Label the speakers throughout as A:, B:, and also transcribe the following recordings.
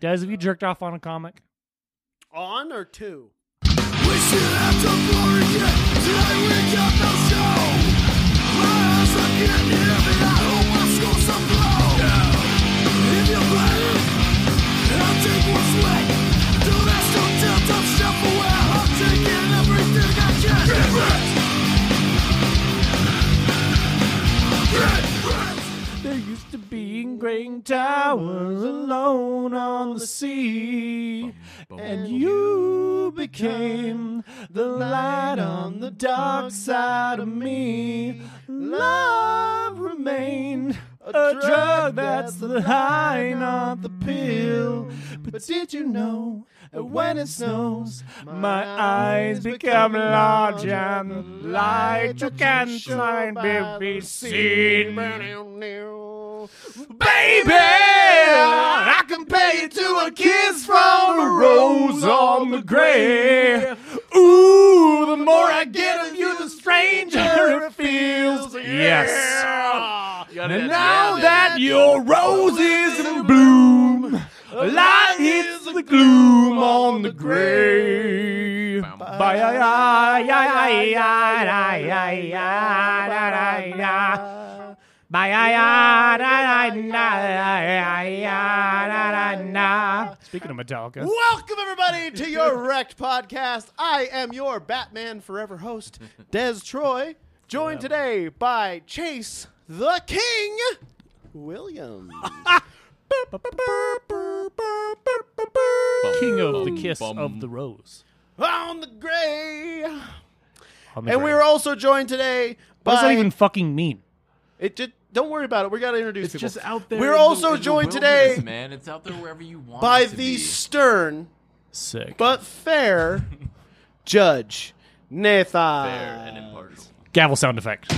A: Guys, have you jerked off on a comic?
B: On or two?
A: There used to be green towers alone on the sea, and you became the light on the dark side of me. Love remained a drug that's the high, not the pill. But did you know that when it snows, my eyes become large and light? You can't find be seen. Baby, I compare you to a kiss from a rose on the grave. Ooh, the more I get of you, the stranger it feels. Yes. And now that your rose is in bloom, a light hits the gloom on the grave. Ba-ya-ya-ya-ya-ya-ya-ya-ya-ya-ya. Ba-ya-ya-ya-ya-ya-ya-ya-ya-ya-ya. Speaking of Metallica.
B: Welcome, everybody, to your Wrecked Podcast. I am your Batman Forever host, Des Troy, joined today by Chase the King Williams.
A: King of the Kiss of the Rose.
B: on the gray.
A: On the
B: And we
A: grave.
B: are also joined today by.
A: What does that even fucking mean?
B: It just, don't worry about it. We got to introduce
C: It's
B: people.
C: just out there.
B: We're
C: in the-
B: also
C: in the
B: joined
C: wilderness,
B: today
C: man. It's out there wherever you want.
B: by
C: it to
B: the
C: be.
B: stern
A: Sick.
B: but fair judge, Nathan.
C: fair and
B: Uh,
C: impartial.
A: Gavel sound effect.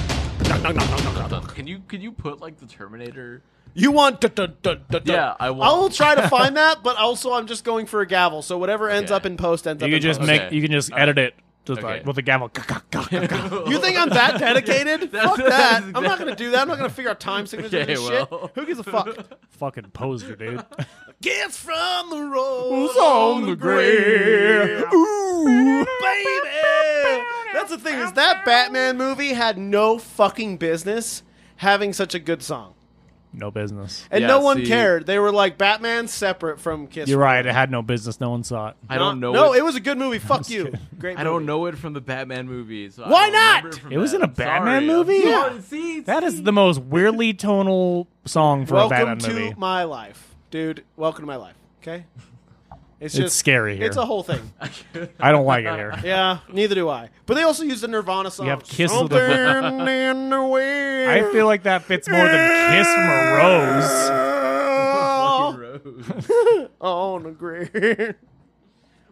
C: Can you can you put like the Terminator?
B: You want. Dun, dun, dun, dun, dun.
C: Yeah, I
B: I will
C: want.
B: try to find that, but also I'm just going for a gavel. So whatever ends
C: Okay.
B: up in post ends up
A: You
B: in
A: can just
B: post.
A: make.
C: Okay.
A: You can just edit it. Just
C: Okay.
A: like with a gavel.
B: You think I'm that dedicated?
C: That's-
B: fuck that. I'm
C: that's-
B: not going to do that. I'm not going to figure out time signatures
C: Okay,
B: and
C: well.
B: shit. Who gives a fuck?
A: Fucking poser, dude.
B: Gets from the rose
A: Ooh,
B: baby. That's the thing is that Batman movie had no fucking business having such a good song,
A: No business.
B: and
C: Yeah,
B: no one
C: see-
B: cared. They were like Batman separate from Kiss.
A: You're right. It had no business. No one saw it.
C: I don't know.
B: No,
C: it,
B: it was a good movie. Fuck you. Great.
C: I don't
B: movie.
C: know it from the Batman movies. So I
B: Why
C: don't remember
B: not?
C: it from
A: It was
C: that.
A: in a
C: I'm
A: Batman
C: sorry. I'm
A: movie?
C: sorry.
B: Yeah.
C: See,
A: That
C: see?
A: is the most weirdly tonal song for a
B: Welcome
A: Batman
B: to
A: movie.
B: my life, dude. Welcome to my life. Okay. It's
A: It's
B: just
A: scary here.
B: It's a whole thing.
A: I don't like it here.
B: Yeah, neither do I. But they also used the Nirvana song.
A: have Kiss of
B: Something
A: the-
B: in the
A: I feel like that fits more than Kiss from a Rose.
B: Oh.
C: Rose.
B: on the grid.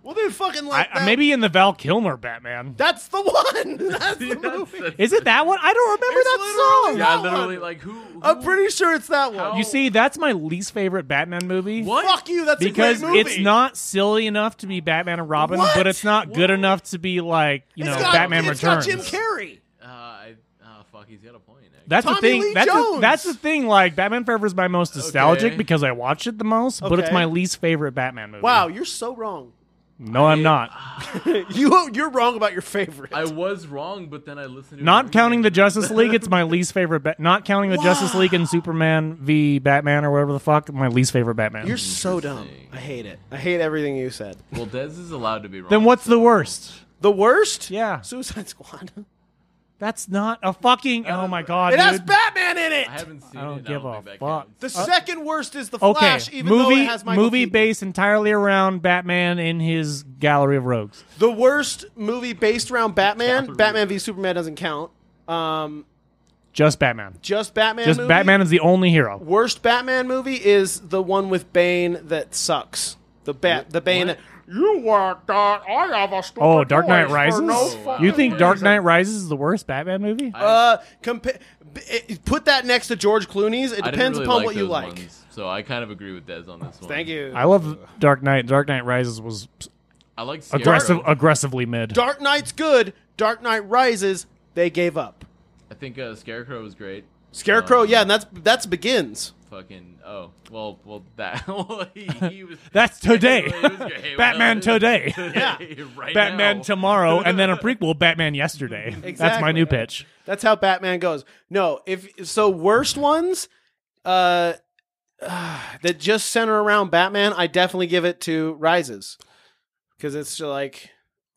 B: Well, dude, fucking
A: I,
B: like
A: I-
B: that.
A: maybe in the Val Kilmer Batman.
B: that's the one. That's the
C: That's-
B: movie.
C: that's-
A: Is it that one? I don't remember
B: It's
A: that song.
B: literally
C: Yeah,
B: that
C: literally.
B: one.
C: Like who? who
B: I'm pretty sure it's that one.
C: How-
A: You see, that's my least favorite Batman movie.
C: What?
B: Fuck you. That's
A: Because
B: a great movie.
A: it's not silly enough to be Batman and Robin,
B: What?
A: but it's not good enough to be like you
B: It's
A: know
B: got,
A: Batman
B: it's
A: Returns.
B: got Jim Carrey.
C: Uh, I, oh, fuck. He's got a point. Actually.
A: That's the
B: Tommy
A: thing.
B: Lee
A: that's
B: Jones.
A: The, that's the thing. Like Batman Forever is my most nostalgic
C: Okay.
A: because I watch it the most, but it's
B: Okay.
A: my least favorite Batman movie.
B: Wow, you're so wrong.
A: No, I'm not.
B: You you're wrong about your favorite.
C: I was wrong, but then I listened. to
A: Not counting the
C: Justice.
A: Justice League, it's my least favorite. Ba- not counting the Justice League and Superman v Batman or whatever the fuck, my least favorite Batman.
B: you're so dumb. I hate it. I hate everything you said.
C: Well, Des is allowed to be wrong.
A: then what's the
C: so-
A: worst?
B: The worst?
A: Yeah.
B: Suicide Squad.
A: That's not a fucking. Oh my god,
B: Uh, It has
A: dude.
B: Batman in
C: I
B: it.
C: haven't seen
A: I don't
C: it.
A: give
C: I
A: a
C: don't think that
A: fuck.
C: counts.
B: The second worst is the
A: Uh, Okay,
B: Flash, even though
A: movie
B: it has Michael
A: movie
B: Keaton.
A: based entirely around Batman in his gallery of rogues.
B: The worst movie based around Batman. Batman v Superman doesn't count. Um,
A: Just Batman.
B: just Batman.
A: Just
B: movie.
A: Batman is the only hero.
B: Worst Batman movie is the one with Bane that sucks. The bat. The Bane. That, you want that? I have a stupid
A: Oh, Dark Knight
B: voice for
A: Rises.
B: no
C: wow.
B: fucking
A: you think
B: reason.
A: Dark Knight Rises is the worst Batman movie?
B: Uh, compa- b- it- put that next to George Clooney's. It
C: I didn't
B: depends
C: really
B: upon
C: like
B: what you
C: those
B: like.
C: ones, so I kind of agree with Des on this one.
B: Thank you.
A: I
C: Uh,
A: love Dark Knight. Dark Knight Rises was
C: I like Sierra.
A: aggressive, uh, aggressively mid.
B: Dark Knight's good. Dark Knight Rises. They gave up.
C: I think uh, Scarecrow was great.
B: Scarecrow.
C: Um,
B: yeah, and that's that's begins.
C: fucking. Oh, well, well, that. well, he, he was.
A: That's today.
C: Well, he was gay.
A: Batman
C: Well,
A: today.
C: right
A: Batman
C: now.
A: tomorrow, and then a prequel, Batman yesterday. That's my
B: Exactly.
A: new pitch.
B: That's how Batman goes. No, if so, worst ones uh, that just center around Batman, I definitely give it to Rises because it's like,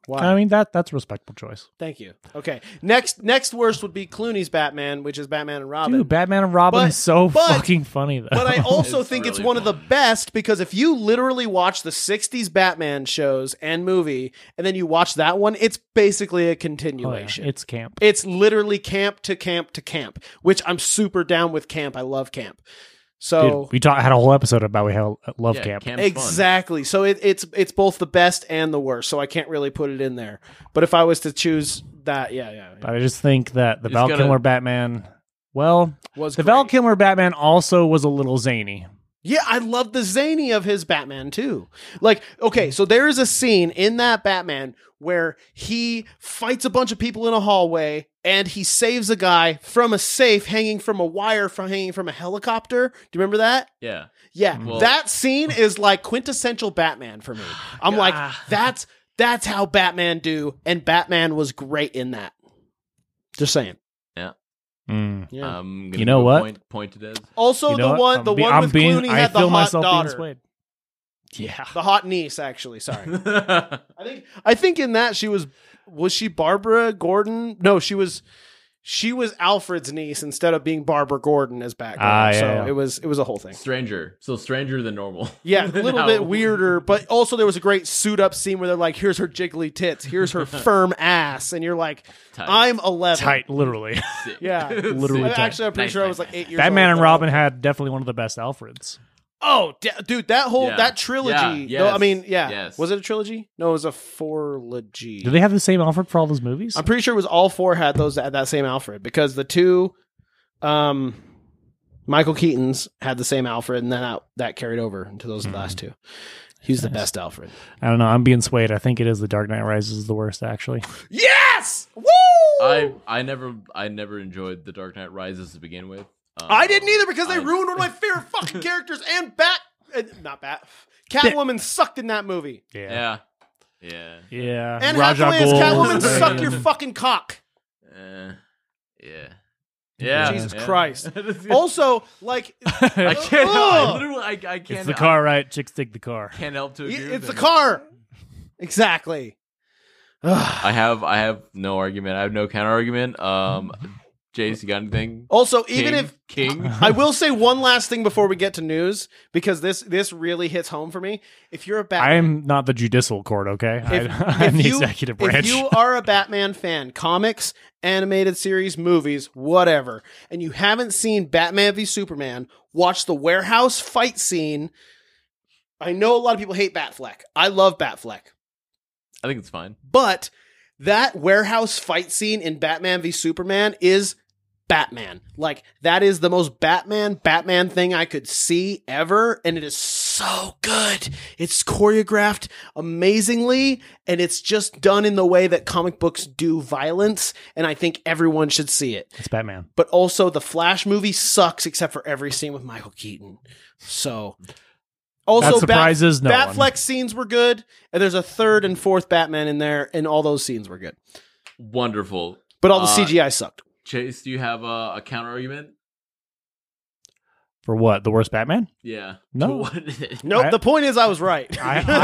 B: wow.
A: I mean that that's a respectable choice.
B: Thank you. Okay, next next worst would be Clooney's Batman, which is Batman and Robin.
A: Dude, Batman and Robin
B: But-
A: is so
B: but-
A: fucking funny though.
B: but I also
C: It's
B: think it's
C: really
B: one of the best because if you literally watch the 60s Batman shows and movie and then you watch that one, it's basically a
A: Oh, yeah,
B: continuation.
A: it's camp.
B: It's literally camp to camp to camp, which I'm super down with camp. I love camp. So
A: Dude, we talked had a whole episode about we have love
C: Yeah,
A: camp.
C: camp's fun.
B: exactly. So it, it's it's both the best and the worst. So I can't really put it in there. But if I was to choose that, yeah, yeah, yeah
A: But I just think that the
C: It's
A: Val
C: gotta-
A: Kilmer Batman. Well,
B: was
A: the Val
B: great.
A: Kilmer Batman also was a little zany.
B: Yeah, I love the zany of his Batman too. Like, okay, so there is a scene in that Batman where he fights a bunch of people in a hallway and he saves a guy from a safe hanging from a wire from hanging from a helicopter. Do you remember that?
C: Yeah.
B: Yeah,
A: Mm.
C: Well-
B: that scene is like quintessential Batman for me. I'm like, that's that's how Batman do, and Batman was great in that. Just saying.
C: Hmm.
A: Mm.
B: Yeah.
C: I'm gonna
A: You know
C: go
A: what?
C: Point, point to Dez.
B: also,
A: You know
B: the
A: what?
B: one,
A: I'm
B: the
A: be-
B: one
A: I'm
B: with
A: being-
B: Clooney
A: I
B: had the
A: feel
B: hot
A: myself being
B: daughter,
A: swayed. Yeah.
B: the hot niece. Actually, sorry.
C: That's
B: I think I think in that she was was she Barbara Gordon? No, she was she was Alfred's niece instead of being Barbara Gordon as Batgirl.
A: Ah, yeah,
B: so
A: yeah.
B: it was it was a whole thing.
C: stranger. So stranger than normal.
B: Yeah, a little
C: Now-
B: bit weirder, but also there was a great suit up scene where they're like, "Here's her jiggly tits, here's her firm ass," and you're like,
C: Tight.
B: "I'm 11."
A: Tight, literally.
C: Sick.
B: Yeah.
A: Literally
B: I-
A: tight.
B: Actually, I'm pretty
C: Nice,
B: sure I
C: nice,
B: was like
C: nice.
B: eight years.
A: Batman
B: old.
A: and Robin had definitely one of the best Alfreds.
B: Oh, d- dude, that whole
C: Yeah.
B: that trilogy.
C: Yeah,
B: no,
C: yes,
B: I mean, yeah.
C: yes.
B: Was it a trilogy? No, it was a fourlogy.
A: Do they have the same Alfred for all those movies?
B: I'm pretty sure it was all four had those had that same Alfred because the two, um, Michael Keaton's had the same Alfred, and then that, that carried over into those last
A: Hmm.
B: two. He's the best Alfred.
A: I don't know. I'm being swayed. I think it is The Dark Knight Rises is the worst, actually.
B: Yes! Woo!
C: I I never I never enjoyed The Dark Knight Rises to begin with. Um,
B: I didn't either because they
C: I-
B: ruined one of my favorite fucking characters and Bat, uh, not Bat, Catwoman sucked in that movie.
C: Yeah. Yeah.
A: Yeah.
B: And
A: Raja
B: Hathaway as
A: Ghul.
B: Catwoman suck your
A: Yeah.
B: fucking cock.
C: Uh, yeah. Yeah.
B: Jesus
C: yeah.
B: Christ. Also, like,
C: I can't. I
B: Ugh.
C: literally. I, I can't.
A: It's the car, right? Chicks dig the car.
C: I can't help to
B: y-
C: agree. with
B: it's the
C: him.
B: car. Exactly. Ugh.
C: I have. I have no argument. I have no counter argument. Um, Jace, you got anything?
B: Also, even
C: King,
B: if
C: King.
B: I will say one last thing before we get to news because this this really hits home for me. If you're a
A: I
B: Batman,
A: am not the judicial court, okay? I,
B: If-
A: I'm
B: if
A: the
B: you-
A: executive
B: if
A: branch.
B: you are a Batman fan, comics, animated series, movies, whatever, and you haven't seen Batman v Superman, watch the warehouse fight scene. I know a lot of people hate Batfleck. I love Batfleck,
C: I think it's fine.
B: but that warehouse fight scene in Batman v Superman is Batman. Like that is the most Batman Batman thing I could see ever and it is so good. It's choreographed amazingly and it's just done in the way that comic books do violence and I think everyone should see it.
A: it's Batman.
B: But also the Flash movie sucks except for every scene with Michael Keaton. So also
A: that
B: Bat-
A: surprises no
B: Batfleck
A: one.
B: scenes were good and there's a third and fourth Batman in there and all those scenes were good.
C: Wonderful.
B: But all the
C: Uh,
B: CGI sucked.
C: Chase, do you have a, a counter argument?
A: For what? The worst Batman?
C: Yeah.
A: No.
C: To what-
B: Nope.
A: I-
B: the point is, I was right.
A: I, I,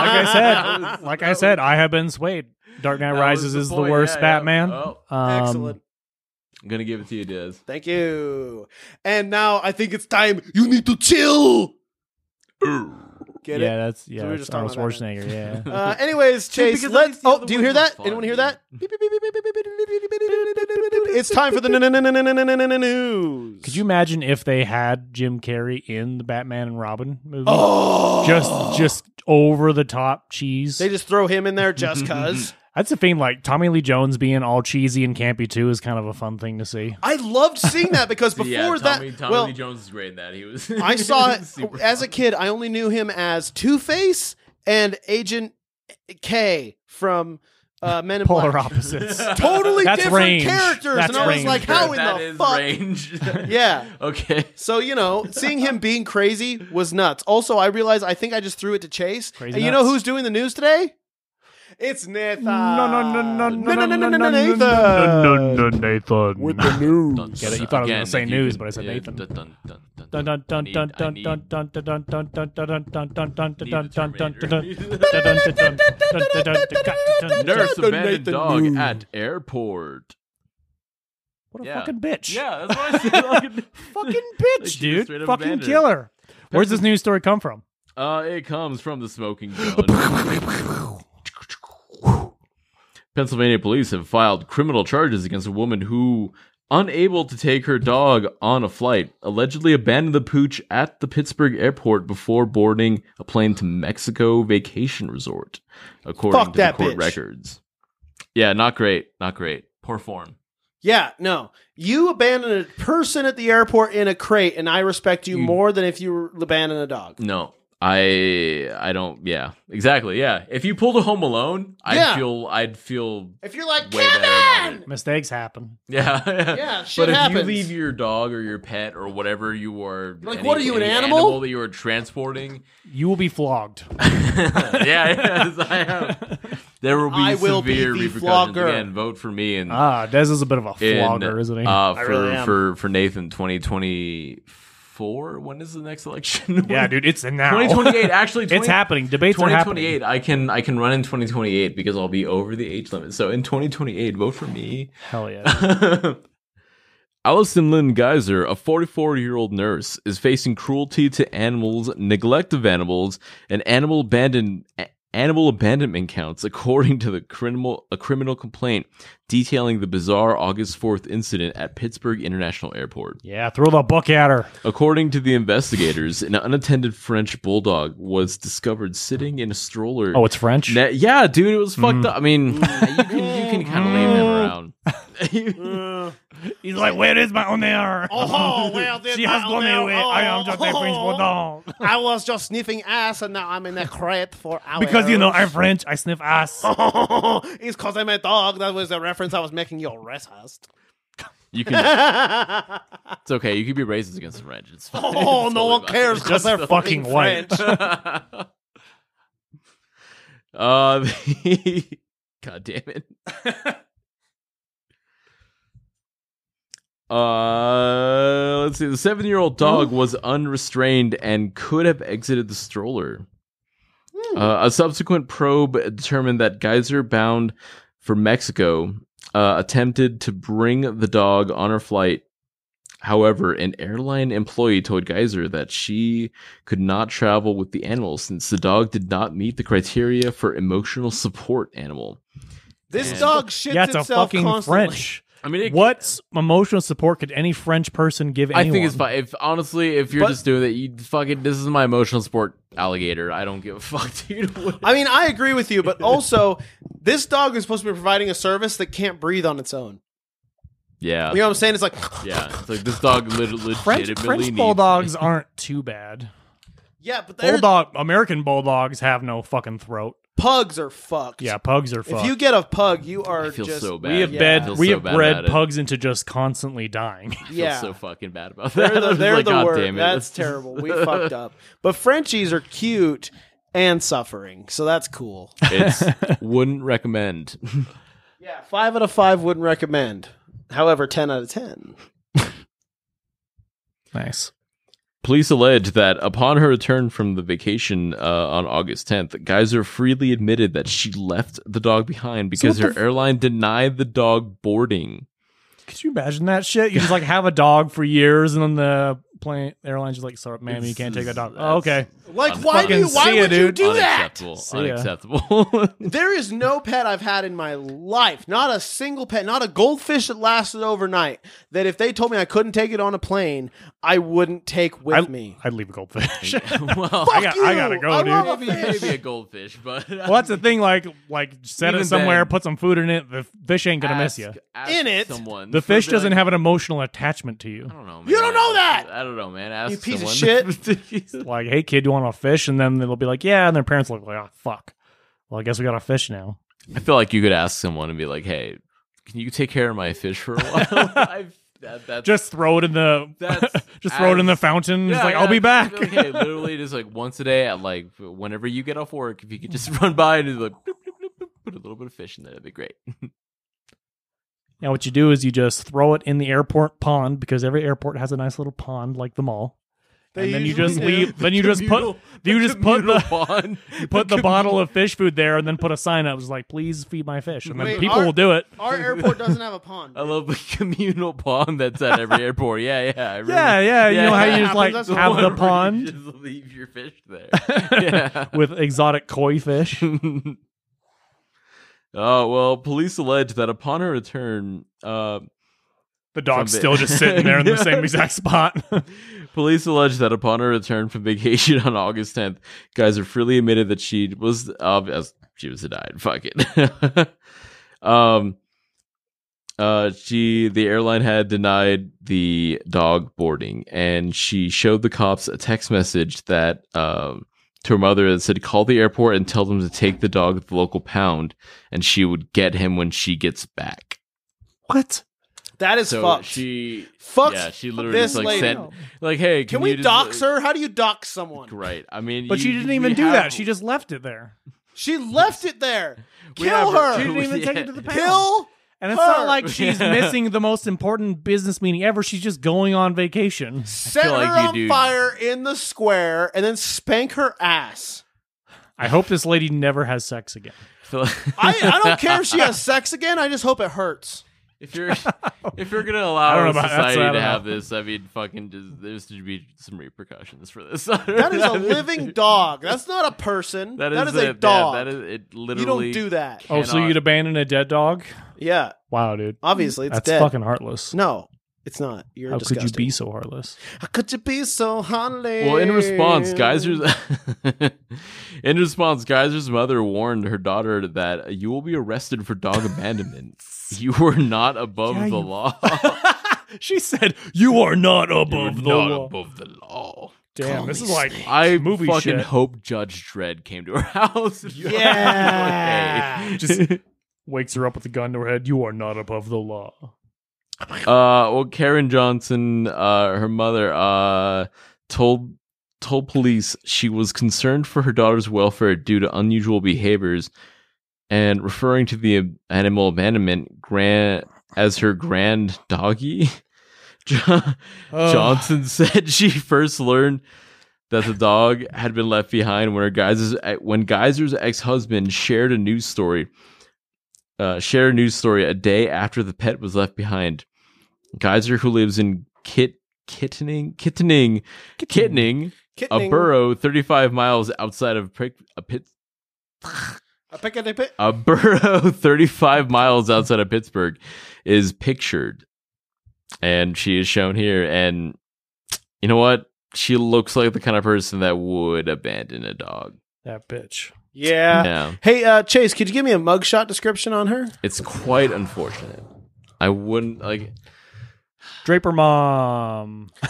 A: like I said, like I said, I have been swayed. Dark Knight
C: That was
A: Rises
C: the
A: is the
C: point,
A: worst
C: yeah, yeah.
A: Batman.
C: Oh.
A: Um,
B: Excellent.
C: I'm gonna give it to you, Diz.
B: Thank you. And now I think it's time. You need to chill. Get
A: yeah,
B: it?
A: that's yeah.
B: So we were
A: that's
B: just
A: Arnold
B: talking about
A: Schwarzenegger. Yeah.
B: Uh, anyways, Chase,
C: because at
B: let's.
C: least the
B: Oh,
C: other
B: do you
C: ones
B: hear
C: were
B: that?
C: fun,
B: Anyone hear
C: dude.
B: that? It's time for the news.
A: Could you imagine if they had Jim Carrey in the Batman and Robin movie?
B: Oh,
A: Just just over the top cheese.
B: they just throw him in there just cause.
A: That's the thing. Like Tommy Lee Jones being all cheesy and campy too is kind of a fun thing to see.
B: I loved seeing that because before
C: yeah, Tommy,
B: that,
C: Tommy
B: well,
C: Lee Jones is great in that. He was.
B: I saw it
C: super
B: as a
C: fun.
B: kid. I only knew him as Two Face and Agent K from uh, Men in
A: Polar
B: Black.
A: opposites. Uh,
B: Totally
A: That's
B: different
A: range.
B: characters,
A: That's
B: and I was
A: range.
B: like, how in
C: That
B: the
C: is
B: fuck?
C: range.
B: Yeah.
C: Okay.
B: So you know, seeing him being crazy was nuts. Also, I realized I think I just threw it to Chase.
A: Crazy
B: and you know
A: nuts.
B: who's doing the news today? It's Nathan.
A: No, no, no, no, no,
B: no, no, no,
A: no,
B: no,
A: no,
B: Nathan.
A: no,
D: Nathan.
A: with the news.
C: Dun,
A: Get it? You
C: dun,
A: thought I was
C: again,
A: gonna say
C: if
A: news,
C: could-
A: but I said
C: yeah,
A: Nathan.
C: Dun dun dun dun
A: Dun dun dun dun
C: I need-
A: dun
C: I
A: dun
C: need-
A: dun dun dun dun dun dun dun dun dun dun dun
C: Need
A: dun
C: the
A: dun dun
C: Terminator.
A: dun dun dun dun dun dun dun.
C: Nurse abandoned
A: Nathan
C: dog
A: Moon.
C: at airport.
A: What a
C: Yeah.
A: fucking bitch.
C: Yeah, that's what I said. Like,
A: Fucking
C: Like,
A: bitch,
C: she
A: dude.
C: just straight up
A: Fucking
C: abandoned
A: killer. Where's this news story come from?
C: Uh, it comes from the smoking gun. Pennsylvania police have filed criminal charges against a woman who, unable to take her dog on a flight, allegedly abandoned the pooch at the Pittsburgh airport before boarding a plane to Mexico vacation resort, according
B: Fuck
C: to the
B: that
C: court
B: bitch.
C: records. Yeah, not great. Not great. Poor form.
B: Yeah, no. You abandon a person at the airport in a crate, and I respect
A: Mm.
B: you more than if you abandon a dog.
C: No. I I don't yeah. Exactly. Yeah. If you pulled a home alone, I'd
B: Yeah.
C: feel I'd feel
B: If you're like
C: way better about
B: Kevin,
C: it.
A: Mistakes happen.
C: Yeah,
B: Yeah, shit
C: but if
B: happens.
C: you leave your dog or your pet or whatever you are,
B: Like, what are you, an animal?
C: that you are transporting?
A: You will be flogged.
C: yeah, yes, I am. There will be
B: I will be
C: severe
B: the
C: repercussions.
B: flogger.
C: Again, vote for me and
A: Ah, Des is a bit of a
C: in,
A: flogger, isn't he?
C: Uh, for
B: really am.
C: for for Nathan, twenty twenty four. When is the next election?
A: yeah, dude, it's now.
C: Twenty twenty eight. Actually, 20,
A: It's happening. Debates are
C: Twenty
A: happening.
C: twenty eight. I can I can run in twenty twenty eight because I'll be over the age limit. So in twenty twenty eight, vote for me.
A: Hell yeah.
C: Allison Lynn Geiser, a 44 year old nurse, is facing cruelty to animals, neglect of animals, and animal abandon a- animal abandonment counts, according to the criminal a criminal complaint detailing the bizarre August 4th incident at Pittsburgh International Airport.
A: Yeah, throw the book at her.
C: According to the investigators, an unattended French bulldog was discovered sitting in a stroller.
A: Oh, it's Mm. French?
C: Ne- yeah, dude, it was fucked up. I mean, you can you can kind of lay him
A: Mm.
C: around.
A: He's like, where is my owner?
B: Oh, well, then
A: she has
B: my
A: gone
B: owner-
A: away. I am just a French
B: oh.
A: bulldog.
B: I was just sniffing ass, and now I'm in a crate for hours.
A: Because, you know, I'm French. I sniff ass.
B: it's because I'm a dog. That was the reference I was making. You're racist.
C: You can. it's okay. You can be racist against the French. It's fine.
B: Oh,
C: It's
B: no one
C: totally
B: cares because
A: Just
B: they're
A: the
B: fucking
A: fucking
B: French.
A: white.
C: fine. Uh, the- God damn it. Uh, let's see. The seven-year-old dog was unrestrained and could have exited the stroller.
B: Hmm.
C: Uh, a subsequent probe determined that Geyser, bound for Mexico, uh, attempted to bring the dog on her flight. However, an airline employee told Geyser that she could not travel with the animal since the dog did not meet the criteria for emotional support animal.
B: This
C: Yeah.
B: dog shits
A: yeah, it's a
B: itself
A: fucking
B: constantly.
A: French.
C: I mean, it,
A: What s- emotional support could any French person give
C: I
A: anyone?
C: think it's fine. If honestly, if you're
B: But-
C: just doing that, you fucking. This is my emotional support alligator. I don't give a fuck, dude. What-
B: I mean, I agree with you, but also, this dog is supposed to be providing a service that can't breathe on its own.
C: yeah,
B: You know what I'm saying? It's like,
C: yeah. It's like this dog lit- legitimately
A: French,
C: needs
A: French bulldogs aren't too bad.
B: yeah, but they're
A: Bulldog American bulldogs have no fucking throat.
B: pugs are fucked.
A: Yeah, pugs are fucked.
B: If you get a pug, you are
C: I feel
B: just
C: so bad.
A: we have
B: Yeah.
A: bred,
C: I feel
A: we
C: so
A: have
C: bad
A: bred
C: about it.
A: pugs into just constantly dying.
C: I feel
B: yeah.
C: so fucking bad about that.
B: They're the,
C: I'm
B: they're
C: like,
B: the
C: God
B: word.
C: damn it.
B: That's
C: This-
B: terrible. We fucked up. But Frenchies are cute and suffering, so that's cool.
C: It's wouldn't recommend.
B: Yeah, five out of five wouldn't recommend. However, ten out of ten.
A: nice.
C: Police allege that upon her return from the vacation uh, on August 10th, Geyser freely admitted that she left the dog behind because
A: what the
C: her airline denied the dog boarding.
A: Could you imagine that shit? You just like have a dog for years, and then the plane airline's just like, "Sorry, ma'am, you can't take that dog." Oh, okay,
B: Like,
C: Un-
B: why do you?
A: fucking
B: Why
A: see ya,
B: would you
A: dude.
B: do that?
C: unacceptable.
A: See ya.
C: Unacceptable.
B: There is no pet I've had in my life, not a single pet, not a goldfish that lasted overnight. That if they told me I couldn't take it on a plane, I wouldn't take with
A: I,
B: me.
A: I'd leave a goldfish.
C: well,
A: Oh, I got, I gotta
B: you!
A: go,
B: I
A: dude.
B: want
C: maybe, maybe a goldfish, but
A: Well, that's the thing. Like, like set
C: Even
A: it somewhere,
C: then- Ah,
A: put some food in it. The fish ain't gonna miss
C: ask,
A: you.
C: ask
B: In it,
C: someone
A: The
C: for
A: fish
C: the- Uh-huh.
A: doesn't have an emotional attachment to you.
C: I don't know. Man.
B: You don't know that!
C: I don't know, man. Ask
B: You piece of
C: someone.
A: Like, ah, hey kid, you want a fish? And then they'll be like, yeah. And their parents will be like, oh fuck. Well, I guess we got a fish now.
C: I feel like you could ask someone and be like, "Hey, can you take care of my fish for a while?" I've, that, that's
A: Just throw it in the
C: That's
A: just throw it in the
C: as-
A: fountain. it's like I'll
C: yeah,
A: be back.
C: like, hey, literally just like once a day at like whenever you get off work, if you could just run by and just like bloop, bloop, bloop, bloop, put a little bit of fish in there, that'd be great.
A: Now, what you do is you just throw it in the airport pond because every airport has a nice little pond, like the mall. and then you
B: usually
A: just
B: do.
A: leave. Then you just put you just put
C: communal
A: the
C: bond.
A: you put the bottle of fish food there, and then put a sign up, was like, "Please feed my fish," and then
B: Wait,
A: people
B: are-
A: will do it.
B: Our airport doesn't have a pond.
C: I love the communal pond that's at every airport. Yeah, yeah, I really,
A: Yeah, yeah. You know how you just
B: happens.
A: like
B: That's
C: The
A: have
C: one
A: the
C: where you
A: pond
C: just leave your fish there. Yeah.
A: with exotic koi fish.
C: Oh well, police allege that upon her return, uh,
A: The dog's
C: From
A: still
C: the-
A: just sitting there in the same exact spot.
C: Police allege that upon her return from vacation on August 10th, Geyser freely admitted that she was uh, as she was a died. Fuck it. um, uh, she the airline had denied the dog boarding, and she showed the cops a text message that um to her mother that said, "Call the airport and tell them to take the dog at the local pound, and she would get him when she gets back."
A: what?
B: That is
C: So
B: fucked.
C: she,
B: fucked.
C: yeah, she literally
B: this
C: just
B: lady.
C: like sent, like, "Hey,
B: Can
C: can,
B: we
C: you just,
B: dox her? How do you dox someone?
C: Right. I mean,
A: But she
C: you-
A: didn't
C: we
A: even do
C: have-
A: that. She just left it there.
B: She left it there.
C: we
B: Kill
C: have-
A: She
B: her.
A: didn't even
C: Yeah.
A: take it to the pound.
B: Kill.
A: And it's not
B: her.
A: like she's
C: Yeah.
A: missing the most important business meeting ever. She's just going on vacation.
B: Set her
C: like you
B: on
C: do-
B: fire in the square and then spank her ass.
A: I hope this lady never has sex again.
C: So-
B: I,
A: uh,
B: I don't care if she has sex again. I just hope it hurts.
C: if you're if you're gonna
A: I don't know
C: allow
A: about- that's-
C: society
A: I don't
C: to have
A: know.
C: this, I mean, fucking, just, there's to be some repercussions for this.
B: That is a living dog. That's not a person.
C: That is,
B: a,
C: yeah,
B: dog.
C: that is it.
B: you
C: Literally,
B: don't do that.
A: Oh, so
C: Cannot.
A: you'd abandon a dead dog?
B: Yeah,
A: Wow, dude.
B: obviously Uh, it's
A: That's
B: dead.
A: fucking heartless.
B: no, it's not. You're
A: How
B: disgusting.
A: could you be so heartless?
B: How could you be so honey?
C: Well, in response, Geyser's in response, Geyser's mother warned her daughter that you will be arrested for dog abandonment. You were not above
A: Yeah, you-
C: the law.
A: she said, "You are not
C: You were
A: above the
C: not
A: law."
C: above the law.
A: Damn,
B: Call
A: this
B: me
A: is like
C: I
A: movie
C: fucking
A: shit.
C: hope Judge Dredd came to her house.
B: Yeah.
C: Okay.
A: Just wakes her up with a gun to her head. You are not above the law.
C: Uh, well, Karen Johnson, uh, her mother, uh, told told police she was concerned for her daughter's welfare due to unusual behaviors, and referring to the animal abandonment grand as her grand doggy. Jo- Johnson said she first learned that the dog had been left behind when her geyser's when Geyser's ex-husband shared a news story. Uh, shared a news story a day after the pet was left behind. Geyser, who lives in Kit Kittening Kittening Kittening, a
B: Kittening.
C: borough 35 miles outside of Prick, a pit,
B: A pick a pit.
C: a borough 35 miles outside of Pittsburgh is pictured. And she is shown here. And you know what? She looks like the kind of person that would abandon a dog.
A: that bitch.
B: Yeah.
C: yeah.
B: Hey, uh, Chase, could you give me a mugshot description on her?
C: It's quite unfortunate. I wouldn't like.
A: Draper mom.
B: Oh.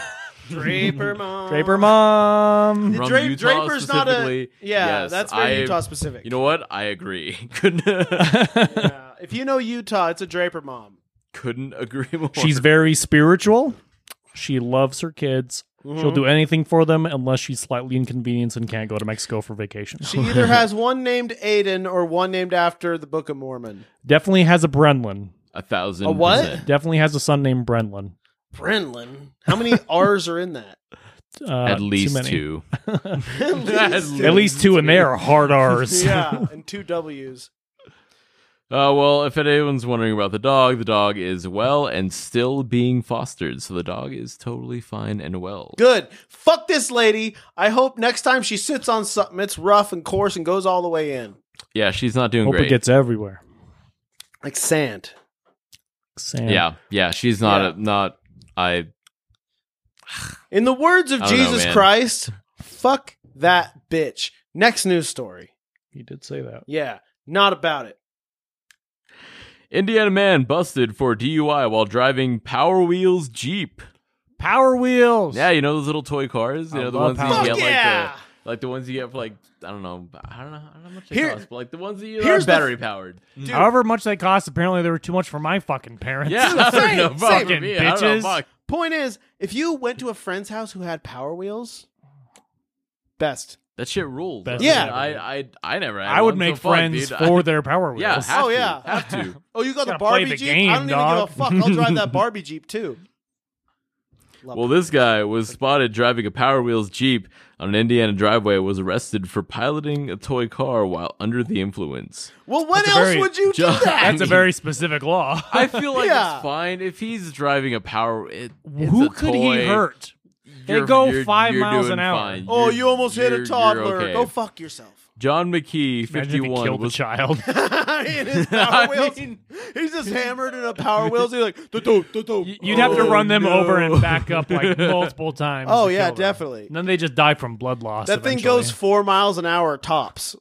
B: Draper mom.
A: Draper mom.
C: From
B: Dra-
C: Utah
B: Draper's not a.
C: specifically,
B: Yeah,
C: yes,
B: that's very
C: I-
B: Utah specific.
C: You know what? I agree. Couldn't
B: yeah. If you know Utah, it's a Draper mom.
C: couldn't agree more.
A: She's very spiritual. She loves her kids.
B: Mm-hmm.
A: She'll do anything for them unless she's slightly inconvenienced and can't go to Mexico for vacation.
B: She either has one named Aiden or one named after the Book of Mormon.
A: Definitely has a Brenlin.
C: a thousand.
B: A what?
C: percent.
A: Definitely has a son named Brenlin.
B: Brenlin. How many R's are in that?
A: Uh,
C: At
A: too
C: least
A: many.
C: two.
B: At least
A: At least two, and they are hard R's.
B: Yeah, and two W's.
C: Uh, well, if anyone's wondering about the dog, the dog is well and still being fostered, so the dog is totally fine and well.
B: Good. Fuck this lady. I hope next time she sits on something, it's rough and coarse and goes all the way in,
C: Yeah, she's not doing
A: Hope
C: great.
A: it gets everywhere.
B: like sand.
A: Sam.
C: yeah, yeah, she's not
B: Yeah.
C: A, not. I
B: In the words of
C: I don't know,
B: Jesus
C: man.
B: Christ, fuck that bitch. Next news story.
A: He did say that.
B: Yeah, not about it.
C: Indiana man busted for DUI while driving Power Wheels Jeep.
A: Power wheels.
C: Yeah, you know those little toy cars. You
A: I
C: know the
A: love
C: ones that
A: Power
C: you
B: Fuck
C: get
A: Wheels.
B: yeah.
C: like the like the ones you get for like I don't know, I don't know, I don't know how much they
B: Here-
C: cost, but like the ones that you are
B: here's the-
C: battery powered.
B: Dude,
A: However much they cost, apparently they were too much for my fucking parents.
C: Yeah, I don't
B: same,
C: know about
A: same.
C: me. I don't know,
A: Bitches.
C: fuck.
B: point is, if you went to a friend's house who had Power Wheels, best.
C: That shit rules.
A: Best
B: Yeah.
A: ever.
C: I I I never. Had
A: I would
C: one,
A: make
C: so fuck,
A: friends
C: dude. I-
A: for their Power Wheels.
C: Yeah, have
B: Oh,
C: to,
B: yeah.
C: have to.
B: Oh, you got
A: Gotta
B: the
A: play
B: Barbie
A: the
B: Jeep?
A: game,
B: I don't
A: dog.
B: even give a fuck. I'll drive that Barbie Jeep too. Love
C: Well,
B: it.
C: this guy was spotted driving a Power Wheels Jeep on an Indiana driveway. Was arrested for piloting a toy car while under the influence.
B: well, when
A: that's
B: else
A: a very-
B: would you do
C: John-
B: that?
A: That's a very specific law.
C: I feel like
B: Yeah.
C: it's fine if he's driving a Power. It, it's
A: Who
C: a
A: could
C: toy.
A: he hurt? They
C: You're-
A: go
C: you're-
A: five
C: you're
A: miles
C: doing
A: an hour.
C: fine.
B: Oh,
C: You're-
B: you almost hit
C: you're-
B: a
C: you're
B: toddler.
C: okay.
B: Go fuck yourself.
C: John McKee,
A: Imagine if he
C: fifty-one,
A: killed
C: was
A: a child.
B: In his Power
C: I
B: Wheels, he's just hammered in a Power Wheels. He's like, "Do, do, do, do."
A: You'd have to
C: Oh,
A: run them
C: no.
A: over and back up like multiple times.
B: Oh,
A: to
B: yeah,
A: kill them.
B: definitely.
A: And then they just die from blood loss.
B: that thing
A: eventually.
B: goes four miles an hour tops.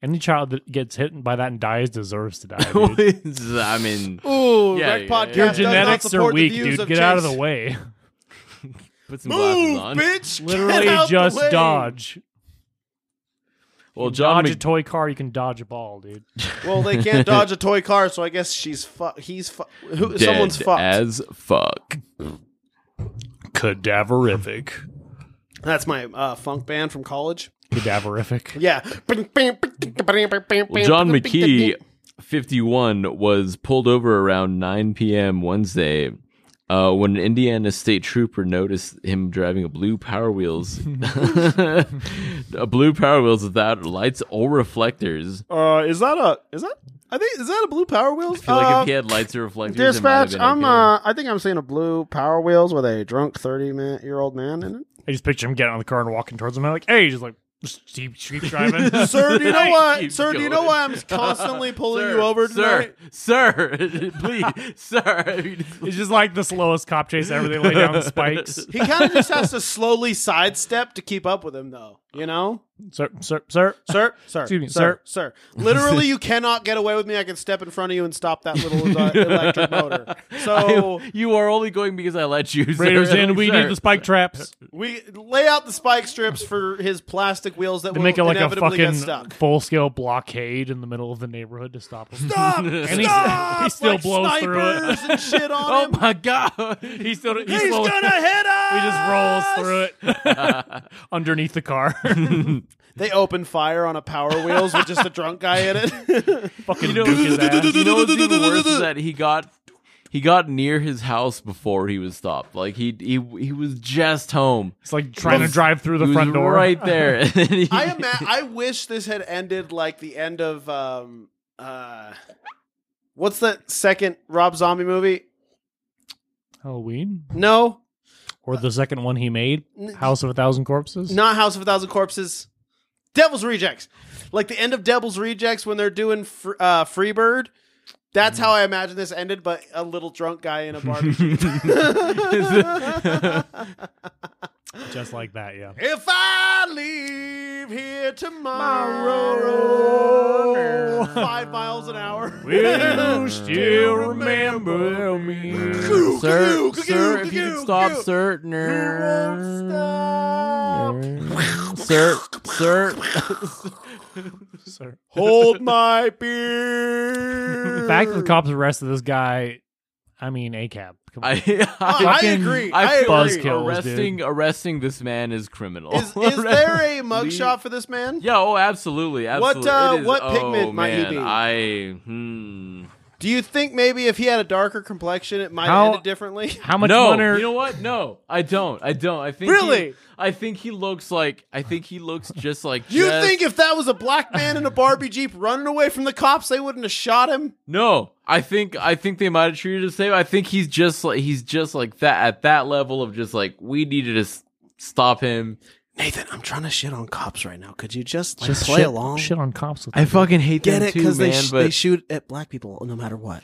A: Any child that gets hit by that and dies deserves to die. dude.
C: I mean,
B: Ooh,
C: Yeah,
B: Wreck
A: Your
B: Podcast does
C: yeah, yeah. Your
B: not
A: genetics are
B: support the
A: weak,
B: views
A: dude. Get
B: of
A: out of
B: Chase.
A: the way.
C: put some glasses
B: Move,
C: on.
B: bitch! Get
A: Literally
B: out the
A: just
B: way.
A: dodge.
C: Well, John
A: Dodge
C: Mc-
A: a toy car, you can dodge a ball, dude.
B: Well, they can't dodge a toy car, so I guess she's fu- he's fu- who- someone's
C: dead
B: fucked.
C: as fuck.
A: Cadaverific.
B: That's my uh, funk band from college.
A: Cadaverific.
B: Yeah.
C: Well, John McKee, 51, was pulled over around 9 p.m. Wednesday uh, when an Indiana state trooper noticed him driving a blue Power Wheels, a blue Power Wheels without lights or reflectors.
B: Uh, is that a is that I think is that a blue Power Wheels?
C: I feel like
B: Uh,
C: if he had lights or reflectors, it might have
B: dispatch.
C: been
B: I'm
C: okay.
B: uh, I think I'm seeing a blue Power Wheels with a drunk thirty man, year old man in it.
A: I just picture him getting out of the car and walking towards him. I'm like, hey, he's just like, just keep, keep driving.
B: Sir, do you know
C: He
B: what?
C: keeps
B: Sir, do you know
C: going.
B: why I'm constantly pulling
C: Sir,
B: you over
C: sir,
B: tonight?
C: sir, please, sir.
A: it's just like the slowest cop chase ever. They lay down the spikes.
B: He kind of just has to slowly sidestep to keep up with him, though. You know,
A: Sir, sir, sir.
B: sir, sir,
A: Excuse me,
B: sir, sir. Literally, you cannot get away with me. I can step in front of you and stop that little uh, electric motor. So
C: I- you are only going because I let you. sir.
A: Raiders in. We
C: Sir.
A: need the spike traps.
B: we lay out the spike strips for his plastic wheels that
A: They
B: will
A: make it like a
B: inevitably get
A: fucking
B: stuck.
A: full scale blockade in the middle of the neighborhood to stop them.
B: Stop!
A: he-
B: stop!
A: he still
B: like
A: blows through it.
B: snipers and shit on
C: Oh
B: him.
C: my god! He
A: He's still, he's
B: He's
A: still-
B: gonna hit us!
A: He just rolls through it underneath the car.
B: They open fire on a Power Wheels with just a drunk guy in it.
A: Fucking
C: You know,
A: nuke his ass.
C: you know what's even worse is that he got he got near his house before he was stopped. Like he he he was just home.
A: It's like trying to drive through the
C: He
A: front
C: was
A: door.
C: right there. And then he-
B: I ima- I wish this had ended like the end of um uh, what's that second Rob Zombie movie?
A: Halloween
B: No,
A: or the second one he made,
B: N-
A: House of a Thousand Corpses.
B: not House of a Thousand Corpses. Devil's Rejects, like the end of Devil's Rejects when they're doing fr- uh, Freebird.
A: Mm.
B: That's how I imagine this ended, but a little drunk guy in a barbecue.
A: Just like that, yeah.
B: If I leave here tomorrow, five miles an hour.
A: Will you still remember me?
C: sir,
B: Cuckoo,
C: sir,
B: cuckoo,
C: if you
B: cuckoo,
C: can stop,
B: cuckoo.
C: sir.
B: won't stop.
C: Ner- Sir, sir.
A: Sir.
B: Hold my beer.
A: The fact that the cops arrested this guy, I mean, ACAB. Come on.
C: I,
B: I,
C: I,
B: I
A: Fucking-
B: agree. I,
C: I
B: agree.
C: feel like
A: Buzzkills, dude.
C: arresting arresting this man is criminal.
B: Is, is there a mugshot for this man?
C: Yeah, oh, absolutely, absolutely.
B: uh,
C: It is-
B: what
C: oh,
B: pigment might he
C: man,
B: be?
C: I hmm.
B: Do you think maybe if he had a darker complexion, it might
A: How-
B: have ended differently?
A: How much
C: no,
A: money?
C: you know what? No, I don't. I don't. I think
B: Really?
C: He, I think he looks like. I think he looks just like.
B: You
C: just-
B: think if that was a black man in a Barbie Jeep running away from the cops, they wouldn't have shot him?
C: No, I think. I think they might have treated him the same. I think he's just like. He's just like that at that level of just like we needed to s- stop him.
B: Nathan, I'm trying to shit on cops right now. Could you just, like,
A: Just
B: play
A: shit,
B: along?
A: shit on cops with
C: I fucking hate
B: Get
C: them
B: it?
C: too,
B: Because
C: man.
B: they, sh-
C: but
B: they shoot at black people no matter what.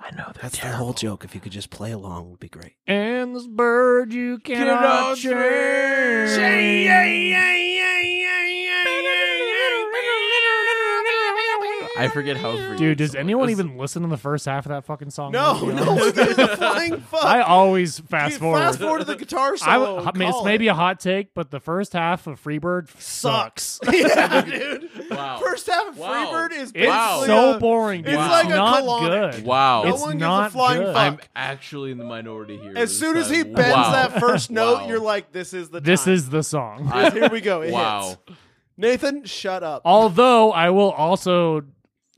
C: I know they're
B: That's the whole joke. If you could just play along, would be great.
A: And this bird you cannot
C: cannot
A: change.
C: change.
A: I
C: I forget how. freaking
A: Dude, does
C: song it
A: anyone
C: is.
A: even listen to the first half of that fucking song?
B: No,
A: You know?
B: no, there's a flying fuck.
A: I always fast
B: Dude,
A: forward.
B: Fast forward to the guitar
A: I,
B: solo.
A: I mean, it's
B: Call
A: maybe
B: it.
A: a hot take, but the first half of Freebird
B: sucks. yeah, dude.
C: Wow.
B: First half of
C: Wow.
B: Freebird is
A: It's
B: basically
C: Wow.
A: so
B: a-
A: boring.
B: It's
A: dude.
C: like a
A: not
B: colonic.
A: good.
C: Wow.
B: No
A: It's
B: one gives a
A: not
B: flying
A: good.
C: I'm
B: fuck.
C: actually in the minority here.
B: As
C: This
B: soon as he
C: time.
B: bends
C: Wow.
B: that first note,
C: Wow.
B: you're like, "This is the
A: This
B: time.
A: is the song.
C: I-
B: here we go." It
C: wow.
B: hits. Nathan, shut up.
A: Although I will also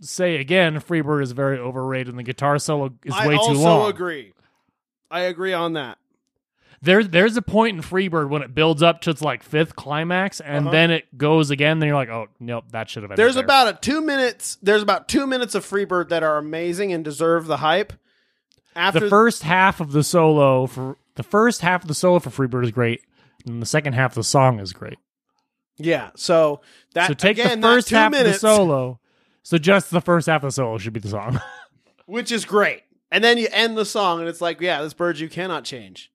A: say again, Freebird is very overrated, and the guitar solo is
B: I
A: way
B: also
A: too long.
B: agree. I agree on that.
A: There, there's a point in Freebird when it builds up to its like fifth climax, and
B: Uh-huh.
A: then it goes again. Then you're like, oh nope, that should have ended.
B: There's
A: there.
B: about a two minutes. There's about two minutes of Freebird that are amazing and deserve the hype. After
A: the first half of the solo for the first half of the solo for Freebird is great, and the second half of the song is great.
B: yeah, so that
A: So take
B: again,
A: the
B: that
A: first
B: two
A: half
B: minutes,
A: of the solo. So just the first half of the solo should be the song.
B: which is great, and then you end the song, and it's like, yeah, this bird you cannot change.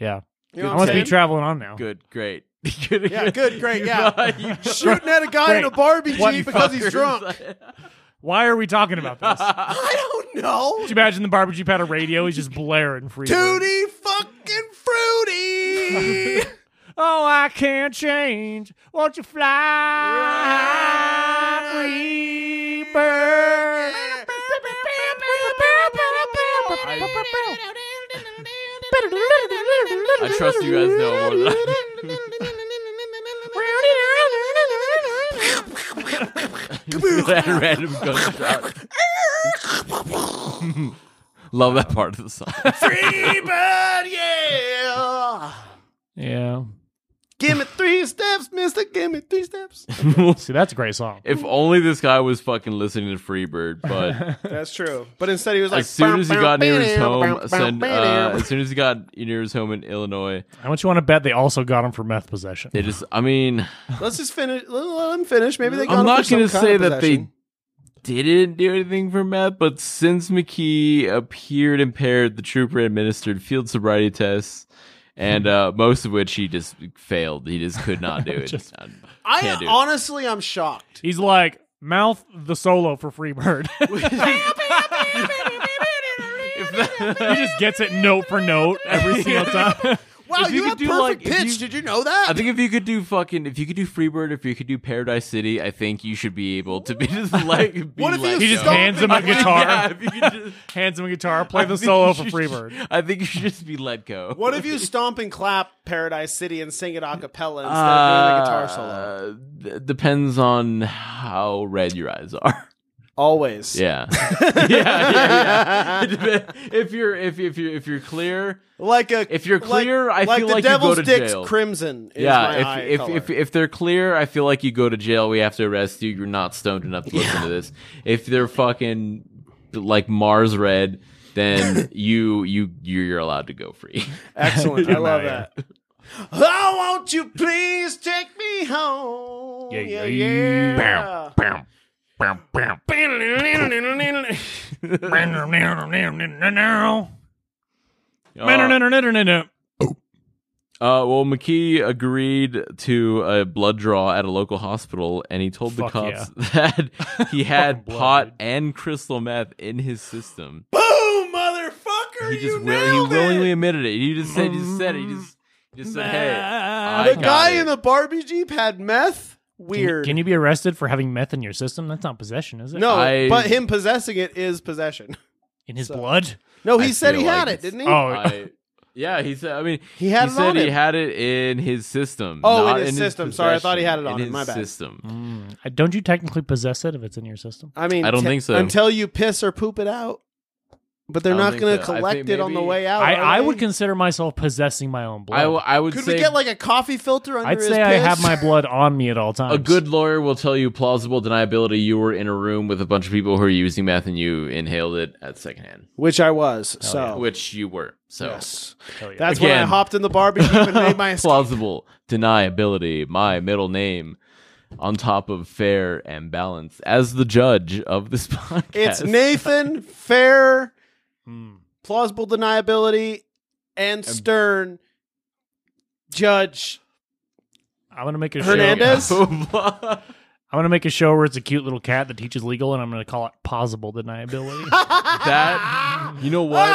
A: yeah,
B: You know
A: I
B: what I'm
A: must be
B: saying?
A: traveling on now.
C: Good. Great.
B: Yeah, good, great, yeah.
C: You
B: Shooting at a guy in a
A: Great.
B: Barbie
A: What
B: Jeep because he's
C: fuckers.
B: drunk.
A: Why are we talking about this? Could
B: I don't know.
A: you imagine the Barbie Jeep had a radio? He's just blaring Freebird.
B: Tutti fucking fruity.
A: Oh, I can't change. Won't you fly, free bird?
C: I trust you guys know more than I do. that random gunshot. Love that part of the song.
B: Free bird, yeah.
A: Yeah.
B: Give me three steps, mister. Give me three steps.
A: See, that's a great song.
C: If only this guy was fucking listening to Freebird, but
B: That's true. But instead, he was like,
C: as soon as he
B: "Bum,
C: got near his
B: bum,
C: home,
B: bum,
C: send,
B: bum,
C: uh,
B: bum."
C: as soon as he got near his home in Illinois,
A: How much you want to bet they also got him for meth possession?
C: they just, I mean,
B: Let's just finish. Let, let him finish. Maybe they. Got
C: I'm
B: him
C: not
B: for some
C: going to
B: kind
C: say
B: of
C: that they
B: possession.
C: didn't do anything for meth, but since McKee appeared impaired, the trooper administered field sobriety tests,
B: Hmm.
C: and uh, most of which he just failed. He just could not do it. Uh, can't
B: I
C: do it.
B: honestly, I'm shocked.
A: He's like, mouth the solo for Freebird. he just gets it note for note every single time.
B: Wow,
C: If
B: you,
C: you could
B: have
C: do,
B: perfect
C: like, if
B: pitch.
C: you-
B: Did you know that?
C: I think if you could do fucking, if you could do Freebird, if you could do Paradise City, I think you should be able to be just like. Be
B: What if he
C: let
B: was
A: He just
C: go.
B: Don't
A: hands him a
C: I think-
A: guitar,
C: yeah, if you could just-
A: hands him a guitar, play
C: I
A: the
C: think
A: solo
C: you
A: for
C: should-
A: Freebird.
C: I think you should just be let go.
B: What if you stomp and clap Paradise City and sing it a cappella instead of doing a guitar solo?
C: Uh, d- depends on how red your eyes are.
B: Always.
C: Yeah. yeah, yeah, yeah. It dep- If you're if if you if you're clear,
B: Like a
C: If you're clear, I
B: like, like
C: feel
B: the
C: like you go
B: devil's
C: to
B: dick's
C: jail.
B: crimson. Is my
C: yeah.
B: eye
C: If if,
B: color.
C: if if they're clear, I feel like you go to jail. We have to arrest you. You're not stoned enough to listen to this. If they're fucking like Mars red, then you you you're allowed to go free.
B: excellent, I love
A: Yeah.
B: that. Oh, won't you please take me home?
A: Yeah, yeah,
B: yeah.
C: Uh, Uh, well, McKee agreed to a blood draw at a local hospital, and he told
A: Fuck
C: the cops that he had
A: Fucking blood,
C: pot
A: dude.
C: and crystal meth in his system.
B: Boom, motherfucker!
C: he just
B: you
C: will-
B: nailed
C: he willingly
B: it.
C: admitted it. He just said he just said it. He
A: Mm-hmm.
C: just he just said, "Hey, I
B: The
C: got
B: guy
C: it.
B: in the Barbie Jeep had meth. Weird.
A: Can you be arrested for having meth in your system? That's not possession, is it?
B: no,
C: I-
B: but him possessing it is possession.
A: In his
B: So-
A: blood?
B: No, he
C: I
B: said
C: feel
B: he had
C: like
B: it, didn't he?
A: Oh,
C: I, yeah." He said, "I mean,
B: He had it
C: said
B: on
C: he
B: him.
C: had it in his system.
B: Oh, in
C: not
B: his system. Sorry, I thought he had it
C: possession,
B: on him.
C: in his
B: My bad.
C: System.
A: Mm. Uh, Don't you technically possess it if it's in your system?
B: I mean,
C: I don't
B: te-
C: think so.
B: Until you piss or poop it out, but they're
C: I don't
B: not
C: think
B: going to
C: so. I
B: collect
C: think
B: it on the
C: maybe-
B: way out.
A: I,
B: are
A: I
B: they?
A: would consider myself possessing my own blood.
C: I, w- I would
B: Could
C: say
B: we get like a coffee filter under
A: I'd
B: his
A: say I
B: piss?
A: have my blood on me at all times.
C: A good lawyer will tell you plausible deniability. You were in a room with a bunch of people who are using meth, and you inhaled it at secondhand,
B: which I was. so
C: which you were. So
B: Oh. yes,
A: Hell yeah.
B: that's when I
C: Again.
B: hopped in the Barbie Jeep and made my escape.
C: plausible deniability. My middle name, on top of fair and balance, as the judge of this podcast.
B: It's Nathan Fair,
A: Mm.
B: plausible deniability, and Stern. Judge
A: I'm gonna make a
B: Hernandez?
A: show.
C: Joe Blow.
A: I'm I'm gonna make a show where it's a cute little cat that teaches legal, and I'm gonna call it plausible deniability.
C: That you know what?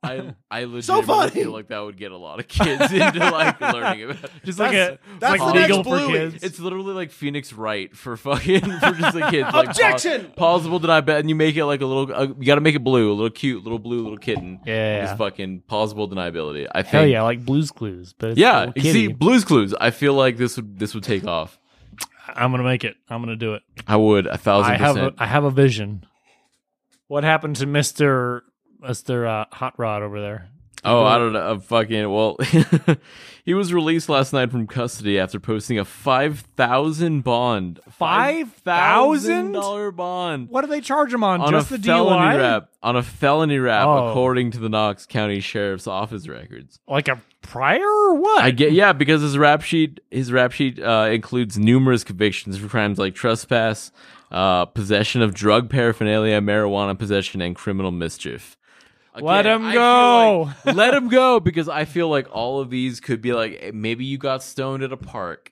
C: I I legitimately
B: Ah! funny.
C: feel like that would get a lot of kids into like learning about.
A: Just like
B: That's-
A: a
B: that's
A: like
C: the next
A: legal for
B: Bluey.
A: kids.
C: It's literally like Phoenix Wright for fucking for just the kids. Like
B: Objection!
C: Paus- pausable deny bet, and you make it like a little. Uh, you got to make it blue, a little cute, little blue, little kitten.
A: Yeah.
C: just fucking pausable deniability. I think.
A: Hell yeah, like Blue's Clues, but it's a
C: Yeah,
A: little
C: you see,
A: kitty.
C: Blue's Clues. I feel like this would this would take off.
A: I'm gonna make it. I'm gonna do it.
C: I would a thousand
A: I have a,
C: percent.
A: I have a vision. What happened to Mister Mister uh, Hot Rod over there?
C: Oh, I don't know. uh, fucking well, he was released last night from custody after posting a five thousand bond,
A: Five thousand?
C: dollar bond
A: What do they charge him on?
C: on
A: Just
C: a
A: the
C: felony
A: DUI,
C: rap. On a felony rap,
A: Oh.
C: according to the Knox County Sheriff's Office records.
A: like a prior or what?
C: I get yeah, because his rap sheet his rap sheet uh, includes numerous convictions for crimes like trespass, uh, possession of drug paraphernalia, marijuana possession, and criminal mischief.
A: Let him
C: I
A: go.
C: feel like- let him go because I feel like all of these could be like eh, maybe you got stoned at a park.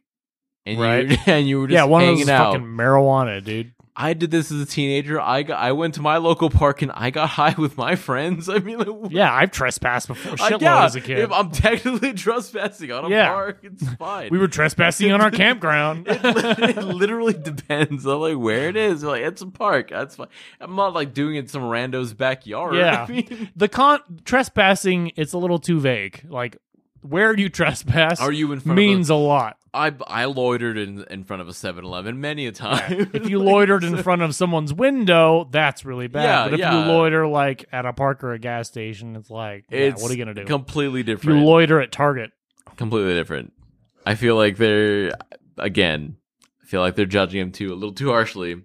C: And, you
A: Right.
C: were, and you were just
A: yeah, one of
C: hanging
A: those is
C: out.
A: fucking marijuana, dude.
C: I did this as a teenager. I got, I went to my local park and I got high with my friends. I mean, like,
A: Yeah, I've trespassed before
C: I-
A: shitload
C: Uh, yeah,
A: as a kid.
C: If I'm technically trespassing on a
A: Yeah.
C: park, it's fine.
A: we were trespassing on our campground.
C: it literally depends on like where it is. Like it's a park. That's fine. I'm not like doing it in some rando's backyard.
A: Yeah.
C: I mean,
A: the con trespassing, it's a little too vague. Like where you trespass
C: are you in front
A: means
C: of
A: a lot.
C: a, I I loitered in, in front of a 7-Eleven many a time.
A: If you loitered in front of someone's window, that's really bad.
C: Yeah,
A: but if
C: yeah.
A: you loiter like at a park or a gas station, it's like, yeah,
C: it's
A: what are you gonna do?
C: Completely
A: if you
C: different.
A: loiter at Target,
C: completely different. I feel like they're again. I feel like they're judging him too a little too harshly.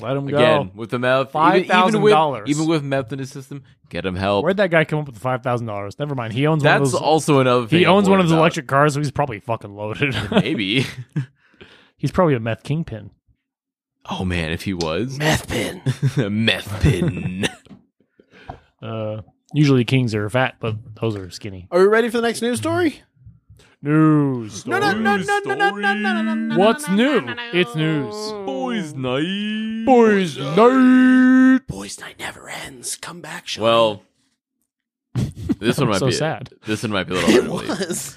A: let him
C: Again,
A: go.
C: with the meth,
A: Five
C: even- even
A: thousand
C: with-
A: dollars.
C: Even with meth in his system, get him help.
A: Where'd that guy come up with the five thousand dollars? Never mind. He owns one of
C: That's
A: those.
C: also another thing.
A: he
C: I'm
A: owns one
C: worried
A: of those
C: about.
A: electric cars, so he's probably fucking loaded.
C: Maybe.
A: he's probably a meth kingpin.
C: Oh man, if he was
B: Meth pin.
C: meth pin.
A: Uh, usually kings are fat, but those are skinny.
B: Are we ready for the next news story?
A: News.
B: No, no, no,
C: News
B: no, no, no, no, no, no, no, no.
A: What's new? It's news.
C: Boys night.
A: Boys night.
B: Boys' night never ends. Come back, Sean.
C: Well, this one might
A: so
C: be
A: sad.
C: This one might be a little
B: it
C: hard to believe.
B: was.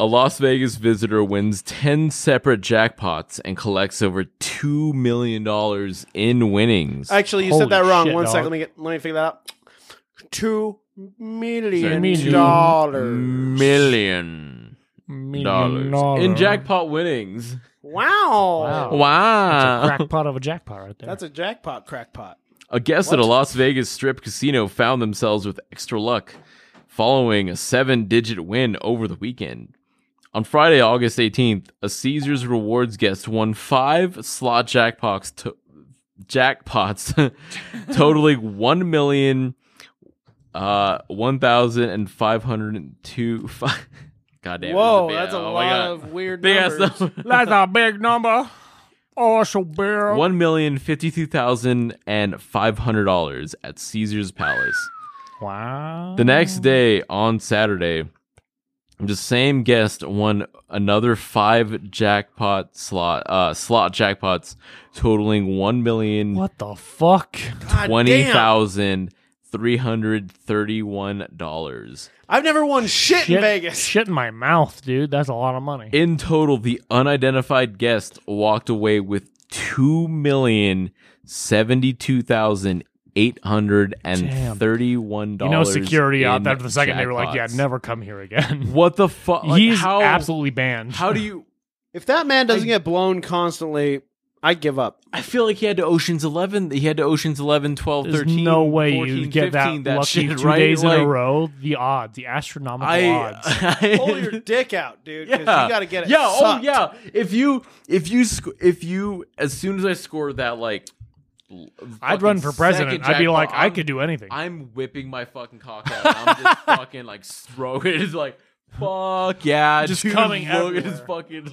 C: A Las Vegas visitor wins 10 separate jackpots and collects over $2 million in winnings.
B: Actually, you
A: Holy
B: said that wrong.
A: shit,
B: One
A: dog.
B: second. Let me get. Let me figure that out. Two million
A: Million.
B: dollars.
C: Million dollars in jackpot winnings.
B: Wow.
A: Wow.
C: Wow.
A: Crackpot of a jackpot right there.
B: That's a jackpot, crackpot.
C: A guest at a Las Vegas strip casino found themselves with extra luck following a seven digit win over the weekend. On Friday, August 18th, a Caesars Rewards guest won five slot jackpots, to- jackpots totaling one million uh one thousand and five hundred and two five God damn it,
B: Whoa,
C: a big-
B: that's a
C: oh my
B: lot
C: God.
B: of weird
C: big ass
B: numbers.
C: number.
A: That's a big number. Oh, so big.
C: One million fifty-two thousand and five hundred dollars at Caesar's Palace.
A: Wow.
C: The next day on Saturday, the same guest won another five jackpot slot uh, slot jackpots totaling one million
A: What the fuck?
B: God
C: twenty
B: damn.
C: thousand three hundred thirty-one dollars.
B: I've never won shit, in
A: Shit-
B: Vegas.
A: Shit in my mouth, dude. That's a lot of money.
C: In total, the unidentified guest walked away with two million seventy-two thousand eight hundred and thirty-one
A: you
C: dollars.
A: know, security out
C: in
A: there for the second, they were like, yeah,
C: jackpots.
A: never come here again.
C: What the fuck?
A: He's
C: how,
A: absolutely banned.
C: How do you?
B: If that man doesn't get blown constantly, I give up.
C: I feel like he had to Ocean's 11. He had to Ocean's 11, 12,
A: There's
C: 13.
A: no way
C: 14,
A: you get
C: 15,
A: that,
C: that
A: lucky
C: shit,
A: two
C: right?
A: days in
C: Like,
A: a row. The odds, the astronomical
C: I, uh,
A: odds.
C: I-
B: Pull your dick out, dude. 'cause
C: yeah.
B: you got to get it.
C: Yeah,
B: sucked.
C: oh yeah. If you if you sc- if you as soon as I score that like l-
A: I'd
C: fucking
A: run for president.
C: second
A: I'd be
C: jackpot,
A: like, I
C: I'm-
A: could do anything.
C: I'm whipping my fucking cock out. and I'm just fucking like throwing it. It's like fuck yeah,
A: Just
C: dude,
A: coming
C: look,
A: everywhere.
C: It's fucking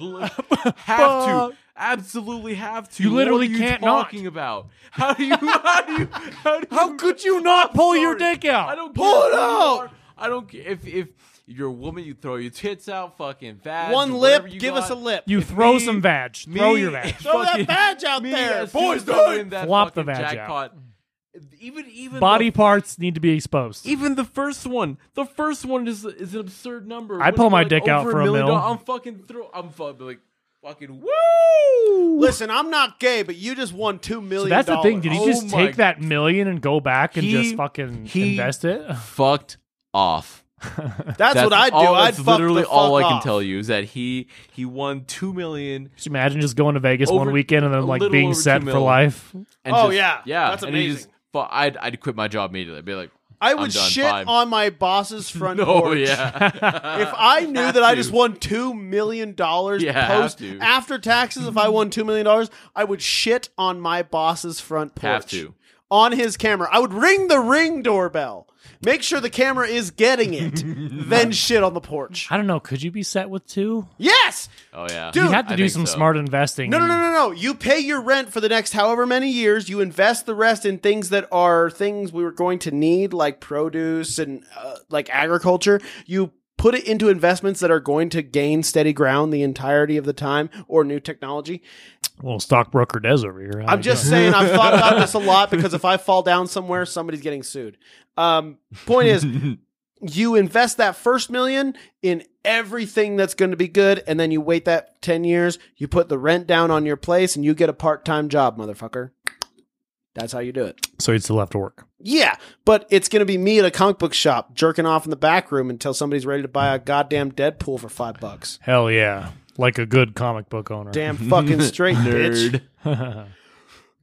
C: have to.
A: Fuck.
C: Absolutely have to.
A: You
C: What
A: literally
C: are you
A: can't not.
C: talking about. How do you? How do you? How do you?
B: How could you not
A: Pull your
C: sorry.
A: dick out.
C: I don't
B: Pull
C: care
B: it
C: who you
B: out.
C: are. I don't ca- if if If you're a woman, you throw your tits out, fucking fat.
B: One lip, give us a lip.
A: You throw
C: me-
A: some vag. Throw
C: me-
A: your vag.
B: Throw that
C: fucking-
B: badge out
C: Me,
B: there,
C: as soon
B: boys.
C: as I win
B: do it.
C: that
A: Flop the
C: fucking
A: vag out.
C: jackpot. Even even
A: Body
C: the-
A: parts need to be exposed.
C: even the first one, the first one is is an absurd number.
A: I'd
C: What
A: pull
C: is it,
A: my
C: like,
A: dick out
C: over
A: for a
C: million
A: mil.
C: dollars? I'm fucking throw. I'm fucking like fucking woo.
B: Listen, I'm not gay, but you just won two million.
A: So that's the thing. Did he
C: Oh
A: just
C: my-
A: take that million and go back and
C: He-
A: just fucking
C: he-
A: invest it?
C: Fucked off.
B: That's, what I'd do.
C: all-
B: I'd
C: that's
B: fuck
C: literally
B: the fuck
C: all I
B: off.
C: can tell you is that he he won two million
A: Just imagine just going to Vegas
C: Over-
A: one weekend and
C: a
A: then like
C: little
A: being
C: over two
A: set for
C: mil.
A: life.
C: And
B: Oh,
C: just-
B: yeah.
C: yeah.
B: That's
C: and he
B: amazing.
C: just- fu- I'd I'd quit my job immediately. I'd be like,
B: I
C: I'm
B: would
C: done,
B: shit
C: bye.
B: on my boss's front
C: no,
B: porch.
C: yeah.
B: If I knew
C: Uh, Have
B: that I
C: to.
B: just won two million dollars
C: Yeah, have
B: post
C: to.
B: after taxes, if I won two million dollars, I would shit on my boss's front porch.
C: Have to.
B: On his camera. I would ring the ring doorbell. Make sure the camera is getting it. then shit on the porch.
A: I don't know. Could you be set with two?
B: Yes!
C: oh yeah,
B: Dude,
A: You have to
C: I
A: do
C: think
A: some
C: so.
A: smart investing.
B: No, no, no, no, no. You pay your rent for the next however many years. You invest the rest in things that are things we were going to need, like produce and uh, like agriculture. You put it into investments that are going to gain steady ground the entirety of the time or new technology.
A: Well, stockbroker Des over here. I
B: I'm
A: don't
B: just
A: know.
B: saying, I've thought about this a lot because if I fall down somewhere, somebody's getting sued. Um, point is, you invest that first million in everything that's going to be good, and then you wait that 10 years, you put the rent down on your place, and you get a part time job, motherfucker. That's how you do it.
A: So he'd still have to work.
B: Yeah, but it's going to be me at a comic book shop jerking off in the back room until somebody's ready to buy a goddamn Deadpool for five bucks.
A: Hell yeah. Like a good comic book owner.
B: Damn fucking straight, bitch.
C: nerd.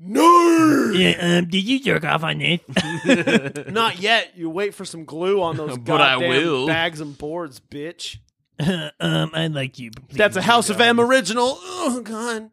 B: Nerd!
A: Yeah, um, did you jerk off on this?
B: Not yet. You wait for some glue on those
C: But I
B: goddamn
C: will.
B: bags and boards, bitch.
A: um, I like you. but
B: That's a
A: please,
B: House of
A: God,
B: M original. Oh god.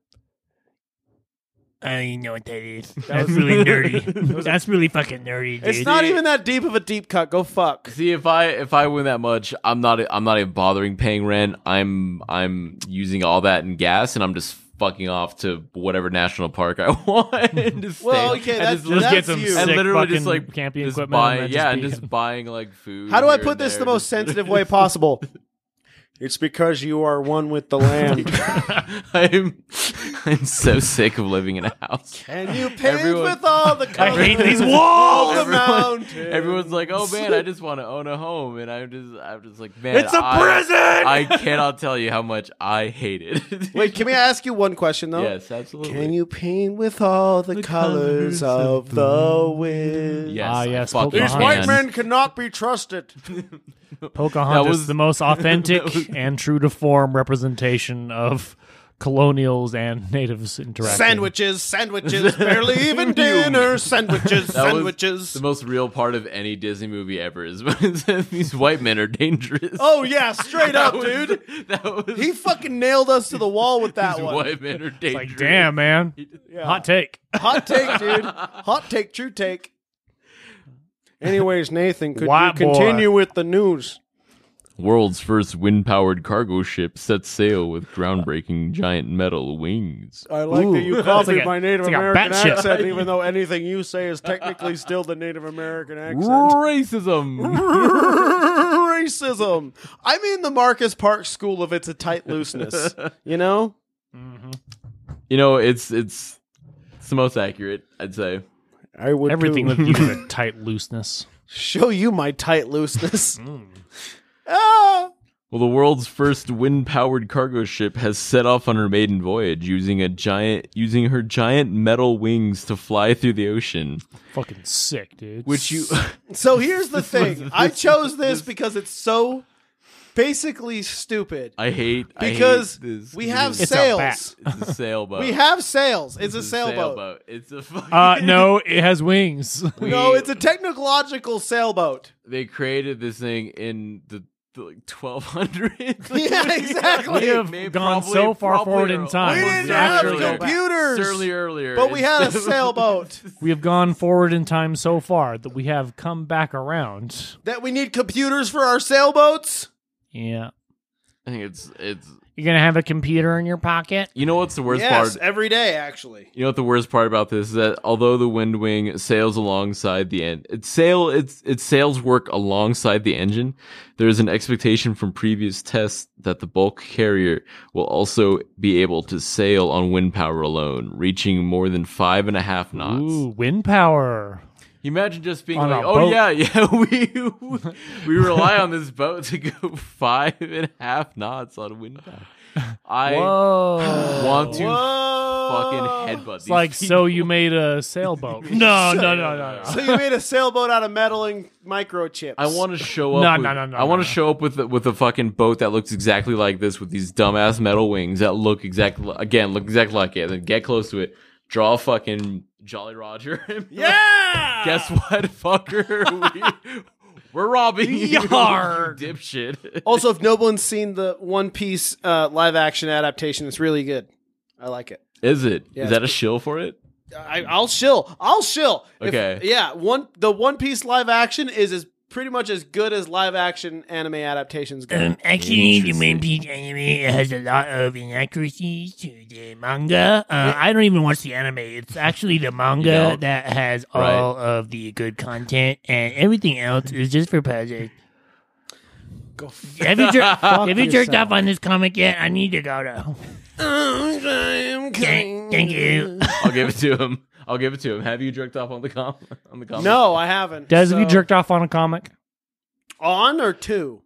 A: I don't even know what that is. That's really nerdy. That's really fucking nerdy, dude.
B: It's not even that deep of a deep cut. Go fuck.
C: See if I if I win that much, I'm not I'm not even bothering paying rent. I'm I'm using all that in gas, and I'm just fucking off to whatever national park I want. and just
B: Well,
C: stay-
B: okay,
C: and
B: that's-
C: just
A: Just get
B: that's
A: some
B: you.
A: sick
C: and literally
A: fucking
C: just like
A: camping
C: just
A: equipment.
C: buying,
A: and
C: yeah,
A: that
C: and
A: just be-
C: just buying like food.
B: How do I
C: here
B: put
C: and
B: this the
C: there,
B: most
C: just-
B: sensitive way possible? It's because you are one with the land.
C: I'm I'm so sick of living in a house.
B: and you paved
C: Everyone-
B: with all the
A: I
B: colors.
A: hate these
B: all
A: walls.
B: the mountains.
C: Everyone's like, "Oh man, I just want to own a home," and I'm just I'm just like, "Man,
A: It's a
C: I-
A: prison.
C: I cannot tell you how much I hate it.
B: Wait, can we ask you one question though?
C: yes, absolutely.
B: Can you paint with all the, colors,
A: colors
B: of the wind?
C: Yes,
A: Ah,
C: I
A: yes,
C: fucking
A: Pocahontas.
B: These
A: Behind.
B: white men cannot be trusted.
A: Pocahontas,
C: That was-
A: the most authentic
C: that was-
A: and true to form representation of colonials and natives interacting.
B: Sandwiches, sandwiches, barely even dinner. Sandwiches,
C: That was
B: sandwiches.
C: The most real part of any Disney movie ever is when these white men are dangerous.
B: Oh yeah, straight up,
C: That was-
B: dude.
C: That was
B: He fucking nailed us to the wall with that
C: these
B: one.
C: white men are dangerous.
A: Like, damn, man.
B: Yeah.
A: Hot take.
B: Hot take, dude. Hot take, true take. Anyways, Nathan, could
A: White
B: you
A: boy.
B: continue with the news?
C: World's first wind-powered cargo ship sets sail with groundbreaking giant metal wings.
B: I like that you
A: It's
B: copied
A: like a-
B: my Native
A: it's like a
B: American
A: bat shit.
B: accent, even though anything you say is technically still the Native American accent.
C: Racism.
B: Racism. I'm in the Marcus Park school of it's a tight looseness. You know?
C: You know, it's it's it's the most accurate, I'd say.
B: I would
A: Everything
B: too.
A: with you is a tight looseness.
B: show you my tight looseness. ah!
C: Well, the world's first wind-powered cargo ship has set off on her maiden voyage using a giant using her giant metal wings to fly through the ocean,
A: Fucking sick, dude.
C: which you
B: So here's the thing. I chose this because it's so basically stupid.
C: I hate I hate
B: Because
C: this.
B: we have
A: It's a
B: sails.
C: It's a sailboat.
B: We have sails. It's, a
C: It's
B: sailboat.
C: It's a fucking.
A: Uh, no, it has wings.
C: We-
B: No, it's a technological sailboat.
C: They created this thing in the, the like 1200s. Like,
B: Yeah,
C: we-
B: exactly.
A: We have
C: may-
A: gone
C: probably-
A: so far
C: probably
A: forward in
C: are-
A: time.
B: We
A: Well,
B: didn't
A: yeah,
B: have
A: surely go back.
B: computers,
C: Certainly earlier.
B: but we had a
C: It's-
B: sailboat.
A: we have gone forward in time so far that we have come back around.
B: that we need computers for our sailboats.
A: Yeah.
C: I think it's it's
A: You're gonna have a computer in your pocket.
C: You know what's the worst
B: yes,
C: part?
B: every day actually.
C: You know what the worst part about this is that although the wind wing sails alongside the end, it sail it's it sails work alongside the engine. There is an expectation from previous tests that the bulk carrier will also be able to sail on wind power alone, reaching more than five and a half knots.
A: Ooh, wind power.
C: Imagine just being
A: On a
C: like, oh
A: boat."
C: yeah, yeah, we we rely on this boat to go five and a half knots on wind power. I
A: Whoa.
C: want to
B: Whoa.
C: fucking headbutt.
A: It's like so you made a sailboat. no, no, no, no, no.
B: So you made a sailboat out of meddling microchips.
C: I want to show up.
A: No,
C: with,
A: no, no, no,
C: I want
A: no, no.
C: to show up with a- with a fucking boat that looks exactly like this with these dumbass metal wings that look exactly li- again look exactly like it. Then get close to it, draw a fucking Jolly Roger. and be like,
B: Yeah.
C: Guess what, fucker? we, we're robbing you, you
A: Yarg.
C: dipshit.
A: Oh.
B: Also, if no one's seen the One Piece uh, live action adaptation, it's really good. I like it.
C: Is it? Is
B: Yeah,
C: that a shill for it?
B: I, I'll shill. I'll shill. If-
C: Okay.
B: yeah. One the One Piece live action is as pretty much as good as live action anime adaptations go.
D: Um, actually, the
C: Interesting.
D: One Piece anime has a lot of inaccuracies to the manga. Uh, I don't even watch the anime. It's actually the manga
C: You don't?
D: that has
C: Right.
D: all of the good content, and everything else is just for pleasure.
B: Go f-
D: Have you, jer-
A: Fuck
D: have you jerked
A: yourself.
D: off on this comic yet? I need to go to. Thank, thank you.
C: I'll give it to him. I'll give it to him. Have you jerked off on the com on the com?
B: No, I haven't.
A: Des, have you
B: So-
A: jerked off on a comic?
B: on or two?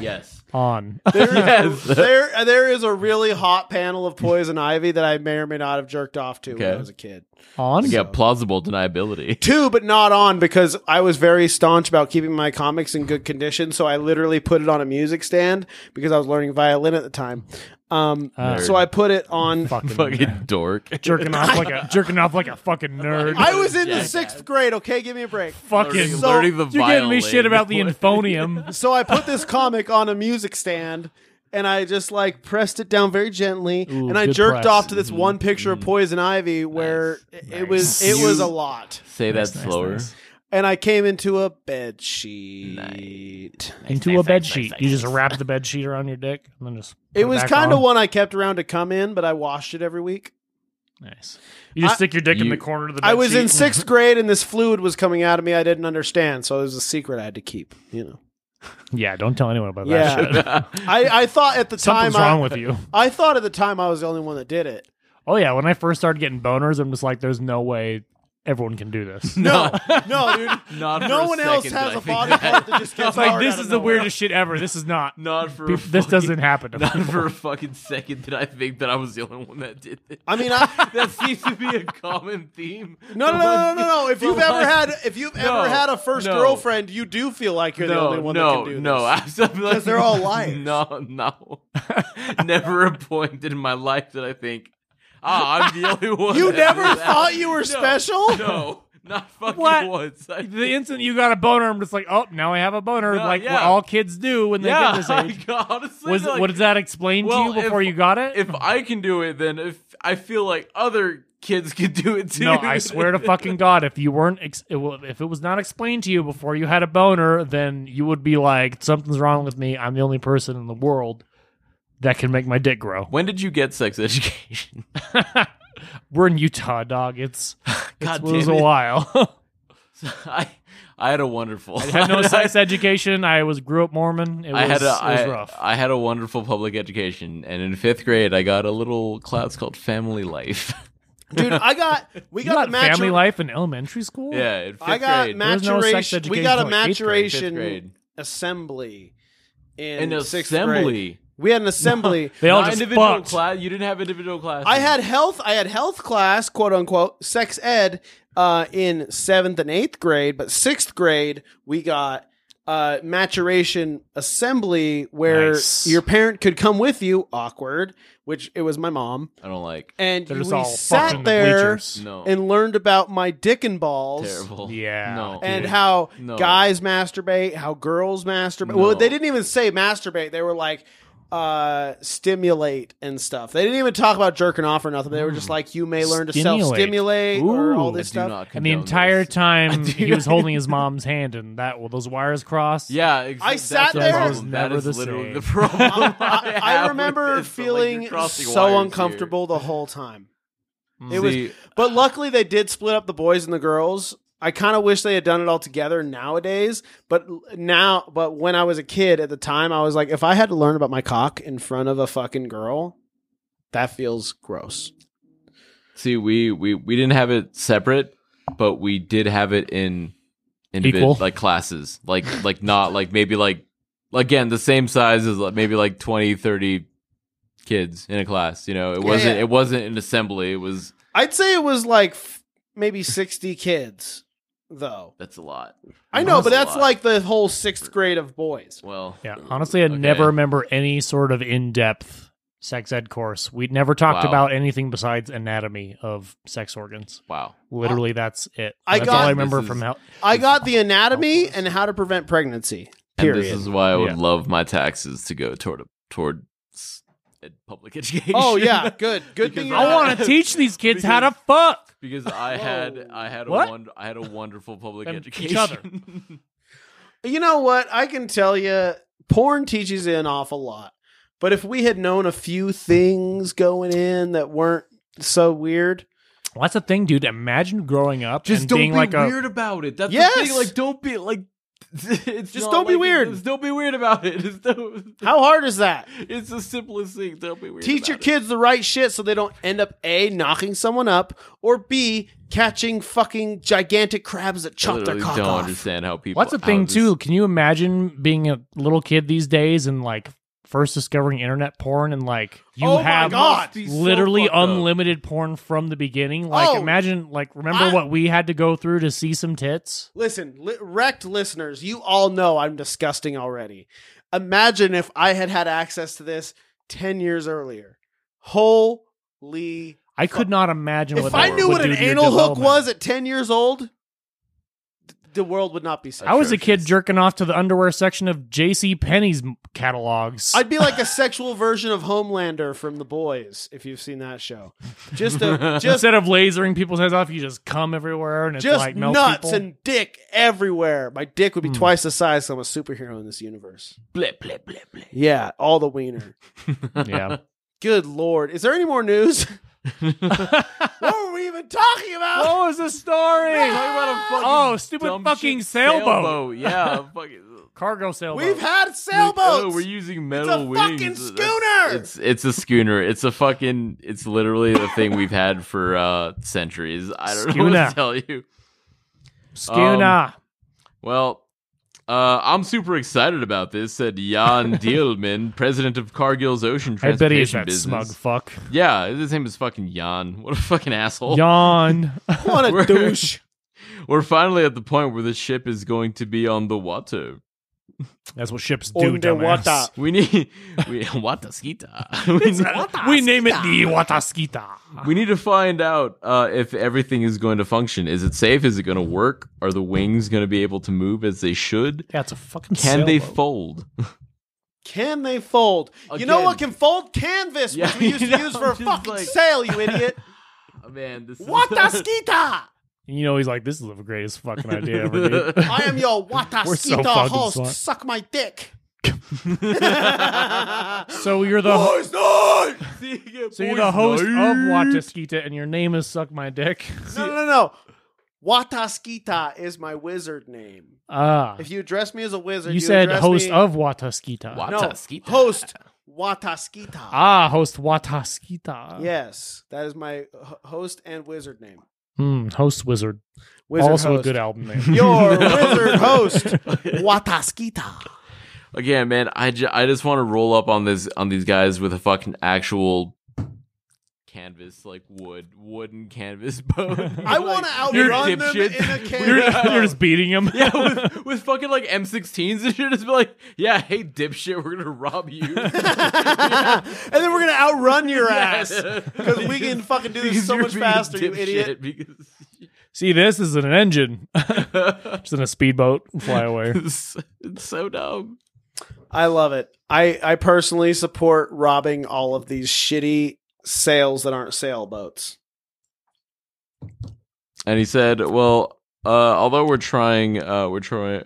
C: Yes.
A: On.
B: There is,
C: Yes.
B: there, there is a really hot panel of Poison Ivy that I may or may not have jerked off to when
C: Okay.
B: I was a kid.
A: on?
C: Yeah. Plausible deniability.
B: Two, but not on because I was very staunch about keeping my comics in good condition. So I literally put it on a music stand because I was learning violin at the time. Um,
A: Uh,
B: so I put it on.
A: Fucking,
C: Fucking dork.
A: jerking off like a jerking off like a fucking nerd.
B: I was in the
C: Jackass.
B: sixth grade. Okay, give me a break.
A: fucking
C: learning,
B: so-
C: learning the
A: You're giving me
C: violin.
A: shit about the infonium.
B: So I put this comic on a music stand. And I just like pressed it down very gently,
A: Ooh,
B: and I
A: good
B: jerked
A: press. Mm-hmm.
B: off to this one picture of Poison Ivy, where it, it was it was a
C: You-
B: lot.
C: Say that
D: nice,
C: slower.
D: nice.
B: and I came into a bed sheet.
A: Into a bed sheet. You just wrap the bed sheet around your dick and then just put
B: It was
A: back
B: kind of
A: on.
B: one I kept around to come in, but I washed it every week.
A: nice. You just
B: I-
A: stick your dick in
C: You-
A: the corner of the bed
B: I was
A: sheet
B: in
A: and-
B: sixth grade, and this fluid was coming out of me. I didn't understand, so it was a secret I had to keep. You know,
A: Yeah, don't tell anyone about
B: Yeah.
A: that shit.
B: I, I thought at the time
A: Something's
B: I,
A: wrong with you.
B: I thought at the time I was the only one that did it.
A: Oh yeah, when I first started getting boners, I'm just like, there's no way everyone can do this.
B: No, no, dude.
C: Not
B: No
C: for
B: one
C: a
B: else
C: second
B: has
C: did I
B: a
C: think
B: body
C: that.
B: part that just gets
A: It's like
B: hard
A: this
B: out
A: is
B: of
A: the
B: nowhere.
A: weirdest shit ever. This is not.
C: Not for
A: Be-
C: a
A: this
C: fucking-
A: doesn't happen. To
C: Not
A: people.
C: for a fucking second did I think that I was the only one that did it.
B: I mean, I,
C: that seems to be a common theme.
B: no, no, no, no, no, no. If
C: The
B: you've ever
C: one-
B: had, if you've ever
C: No,
B: had a first
C: no.
B: girlfriend, you do feel like you're the only one
C: no,
B: that can do
C: no,
B: this.
C: absolutely.
B: 'Cause they're all liars.
C: No, no. never a point in my life that I think, ah, I'm the only one.
B: You
C: that
B: never
C: did that."
B: thought you were
C: No,
B: special?
C: No, not fucking
A: What?
C: once. I,
A: The instant you got a boner, I'm just like, oh, now I have a boner,
C: No,
A: like
C: yeah.
A: what all kids do when they
C: yeah,
A: get this
C: I-
A: age.
C: honestly,
A: Was
C: like,
A: what does that explain
C: well,
A: to you before
C: if-
A: you got it?
C: If I can do it, then if I feel like other kids could do it too.
A: no, I swear to fucking God, if you weren't, ex- it wa- if it was not explained to you before you had a boner, then you would be like, something's wrong with me. I'm the only person in the world that can make my dick grow.
C: When did you get sex education?
A: We're in Utah, dog. It's, it's
C: God
A: it was a
C: damn it.
A: while.
C: I, I had a wonderful.
A: I had no sex education. I was grew up Mormon. It was,
C: I had
A: it
C: a,
A: was
C: I,
A: rough.
C: I had a wonderful public education, and in fifth grade, I got a little class called Family Life.
B: dude. I got we
A: you
B: got,
A: got
B: a
A: family
B: maturation.
A: life in elementary school?
C: yeah, in fifth
B: I got
C: grade.
A: There was no sex
B: maturation. we
A: education
B: got a
A: till, like, eighth grade,
C: fifth
B: maturation
C: grade.
B: assembly in
C: An
B: sixth grade.
C: assembly.
B: We had an assembly.
A: They all
C: Not
A: just
C: individual
A: fucked.
C: class. You didn't have individual class.
B: I had health. I had health class, quote unquote, sex ed uh, in seventh and eighth grade, but sixth grade we got. Uh, maturation assembly where
A: Nice.
B: your parent could come with you, awkward, which it was my mom,
C: I don't like.
B: and
A: They're
B: we
A: just all fucking
B: sat
A: the
B: there
A: bleachers.
C: No.
B: and learned about my dick and balls.
C: terrible.
A: Yeah,
C: No.
B: and
A: Dude.
B: how
C: No.
B: guys masturbate, how girls masturbate. Well,
C: No.
B: they didn't even say masturbate. They were like, uh, stimulate and stuff. They didn't even talk about jerking off or nothing. They were just like, you may learn to
A: Stimulate.
B: self stimulate or
A: Ooh.
B: all
C: Hmm. I
B: this
C: do
B: stuff.
C: not
A: And the
C: condone
A: entire
C: this.
A: time
C: do
A: he was holding his mom's hand, and that well, those wires crossed.
C: Yeah, ex-
B: I
C: that's
B: sat
C: the
B: there-
C: problem.
A: It was
C: That
A: never
C: is
A: the
C: literally
A: same.
C: the problem. I,
B: I, I
C: have
B: remember
C: with this, but, like, you're
B: feeling
C: crossing wires
B: so
C: here. Hmm.
B: uncomfortable the whole time.
A: Mm.
B: It was,
C: See-
B: but luckily they did split up the boys and the girls. I kind of wish they had done it all together nowadays. But l- now, but when I was a kid at the time, I was like, if I had to learn about my cock in front of a fucking girl, that feels gross.
C: See, we we we didn't have it separate, but we did have it in individual
A: Equal?
C: like classes. Like like not like maybe like again the same size as like maybe like 20 30 kids in a class, you know. It
B: Yeah,
C: wasn't
B: yeah.
C: it wasn't an assembly. It was
B: I'd say it was like f- maybe sixty kids, though.
C: that's a lot.
B: I know,
C: That's
B: but
C: a
B: that's
C: lot.
B: like the whole sixth grade of boys.
C: well
A: Yeah, honestly, I
C: okay.
A: never remember any sort of in-depth sex ed course. We never talked
C: Wow.
A: about anything besides anatomy of sex organs.
C: wow.
A: Literally, that's it.
B: I
A: that's
B: got-
A: all I remember
C: This
A: from
C: is-
A: how.
B: I got the anatomy and how to prevent pregnancy. Period.
C: And this is why I would
A: Yeah.
C: love my taxes to go toward toward s- ed- public education.
B: oh yeah, good, good thing.
C: Because
B: you're
C: I
B: not-
C: wanna
A: teach these
C: kids how to
A: fuck.
C: because I had I had a
A: What?
C: won- I had a wonderful public
A: Them- each
C: education.
A: other.
B: You know what? I can tell you, porn teaches you an awful lot. But if we had known a few things going in that weren't so weird,
A: Well, that's the thing, dude. Imagine growing up
C: just
A: and
C: don't
A: being
C: be
A: like
C: weird about it. That's the
B: Yes!
C: thing. Like, don't be like. It's
B: Just
C: not
B: don't be
C: like-
B: weird.
C: Just don't be weird about it. It's, don't,
B: how hard is that?
C: it's the simplest thing. Don't be weird.
B: Teach your
C: about it.
B: kids the right shit so they don't end up A, knocking someone up, or B, catching fucking gigantic crabs that
C: I
B: chop their
C: literally
B: cock
C: don't
B: off.
C: understand how
A: a.
C: people.
A: What's the
C: how
A: thing
C: this-
A: too? Can you imagine being a little kid these days and like first discovering internet porn and like you
B: Oh my
A: have
B: God.
C: He's so
A: literally
C: fucked up.
A: unlimited porn from the beginning? Like
B: Oh.
A: imagine like remember
B: I-
A: what we had to go through to see some tits?
B: Listen, li- wrecked listeners, you all know I'm disgusting already. Imagine if I had had access to this 10 years earlier. Holy
A: I could not imagine
B: If
A: what
B: I
A: that
B: knew
A: would
B: what
A: do
B: an
A: to your
B: anal hook
A: development.
B: was at 10 years old, th- the world would not be safe.
A: I was a kid
C: atrocious.
A: jerking off to the underwear section of J.C. Penney's catalogs.
B: I'd be like a sexual version of Homelander from The Boys, if you've seen that show. Just a, just,
A: Instead of lasering people's heads off, you just come everywhere and it's
B: just
A: like melts
B: nuts
A: people.
B: and dick everywhere. My dick would be
A: Hmm.
B: twice the size. So I'm a superhero in this universe.
C: Blip blip blip blip.
B: Yeah, all the wiener.
A: yeah.
B: Good lord, is there any more news? what were we even talking about?
A: What was the story? oh, stupid
C: Dumb
A: fucking
C: shit
A: sailboat.
C: sailboat. Yeah, fucking.
A: Cargo sailboat.
B: We've had
C: Like, oh,
B: sailboats.
C: we're using
B: a
C: metal
B: fucking
C: wings. That's-
B: schooner!
C: It's it's a schooner. It's a fucking. It's literally the thing we've had for uh centuries. I don't know what
A: Schooner.
C: to tell you.
A: Skuna.
C: Well, uh, I'm super excited about this," said Jan Dielman, president of Cargill's ocean
A: I bet he's
C: transportation
A: that
C: business.
A: smug fuck.
C: Yeah, his name is fucking Jan. What a fucking asshole.
A: Yawn.
B: what a
C: We're-
B: douche.
C: We're finally at the point where the ship is going to be on the water.
A: That's what ships do,
B: Underwater.
A: dumbass.
C: We need we water skita. We need-
A: We name it the Wataskita.
C: We need to find out uh, if everything is going to function. Is it safe? Is it going to work? Are the wings going to be able to move as they should?
A: Yeah, it's a fucking
C: Can they
A: sailboat.
C: fold?
B: Can they fold? You know
C: Again.
B: what can fold? Canvas,
C: Yeah,
B: which we used to
C: you know,
B: use for a
C: I'm just
B: fucking
C: like-
B: sail, you idiot.
C: Oh, man, this is
B: Wataskita!
A: And you know, he's like, this is the greatest fucking idea ever, dude.
B: I am your Wataskita
A: We're so fucking
B: host.
A: smart.
B: Suck my dick.
A: So you're the
B: no!
A: so you're the host of Wataskita, and your name is Suck My Dick.
B: No, no, no. Wataskita is my wizard name.
A: Ah,
B: If you address me as a wizard,
A: you said
B: address
A: host
B: me-
A: of Wataskita.
C: What?
B: No,
C: Wataskita.
B: host Wataskita.
A: Ah, host Wataskita.
B: Yes, that is my h- host and wizard name.
A: Hmm, host Wizard.
B: Wizard
A: also
B: host.
A: a good album name.
B: Your wizard host, Wataskita.
C: Again, man, I, ju- I just want to roll up on this on these guys with a fucking actual canvas, like wood, wooden canvas boat.
B: I want to
C: You're
B: outrun them in
C: dipshits.
B: a
A: You're,
B: canvas
A: you're just beating him.
C: yeah, with, with fucking like M16s and shit, just be like, yeah, hey, dipshit, we're gonna rob you.
B: and then we're gonna outrun your ass because we can fucking do this
C: Because
B: so
C: you're
B: much
C: being a
B: faster, you idiot.
C: dipshit, Because
A: See, this is an engine. just in a speedboat and fly away.
C: it's, it's so dumb.
B: I love it. I, I personally support robbing all of these shitty sails that aren't sailboats.
C: and he said, "Well, uh, although we're trying, uh, we're trying."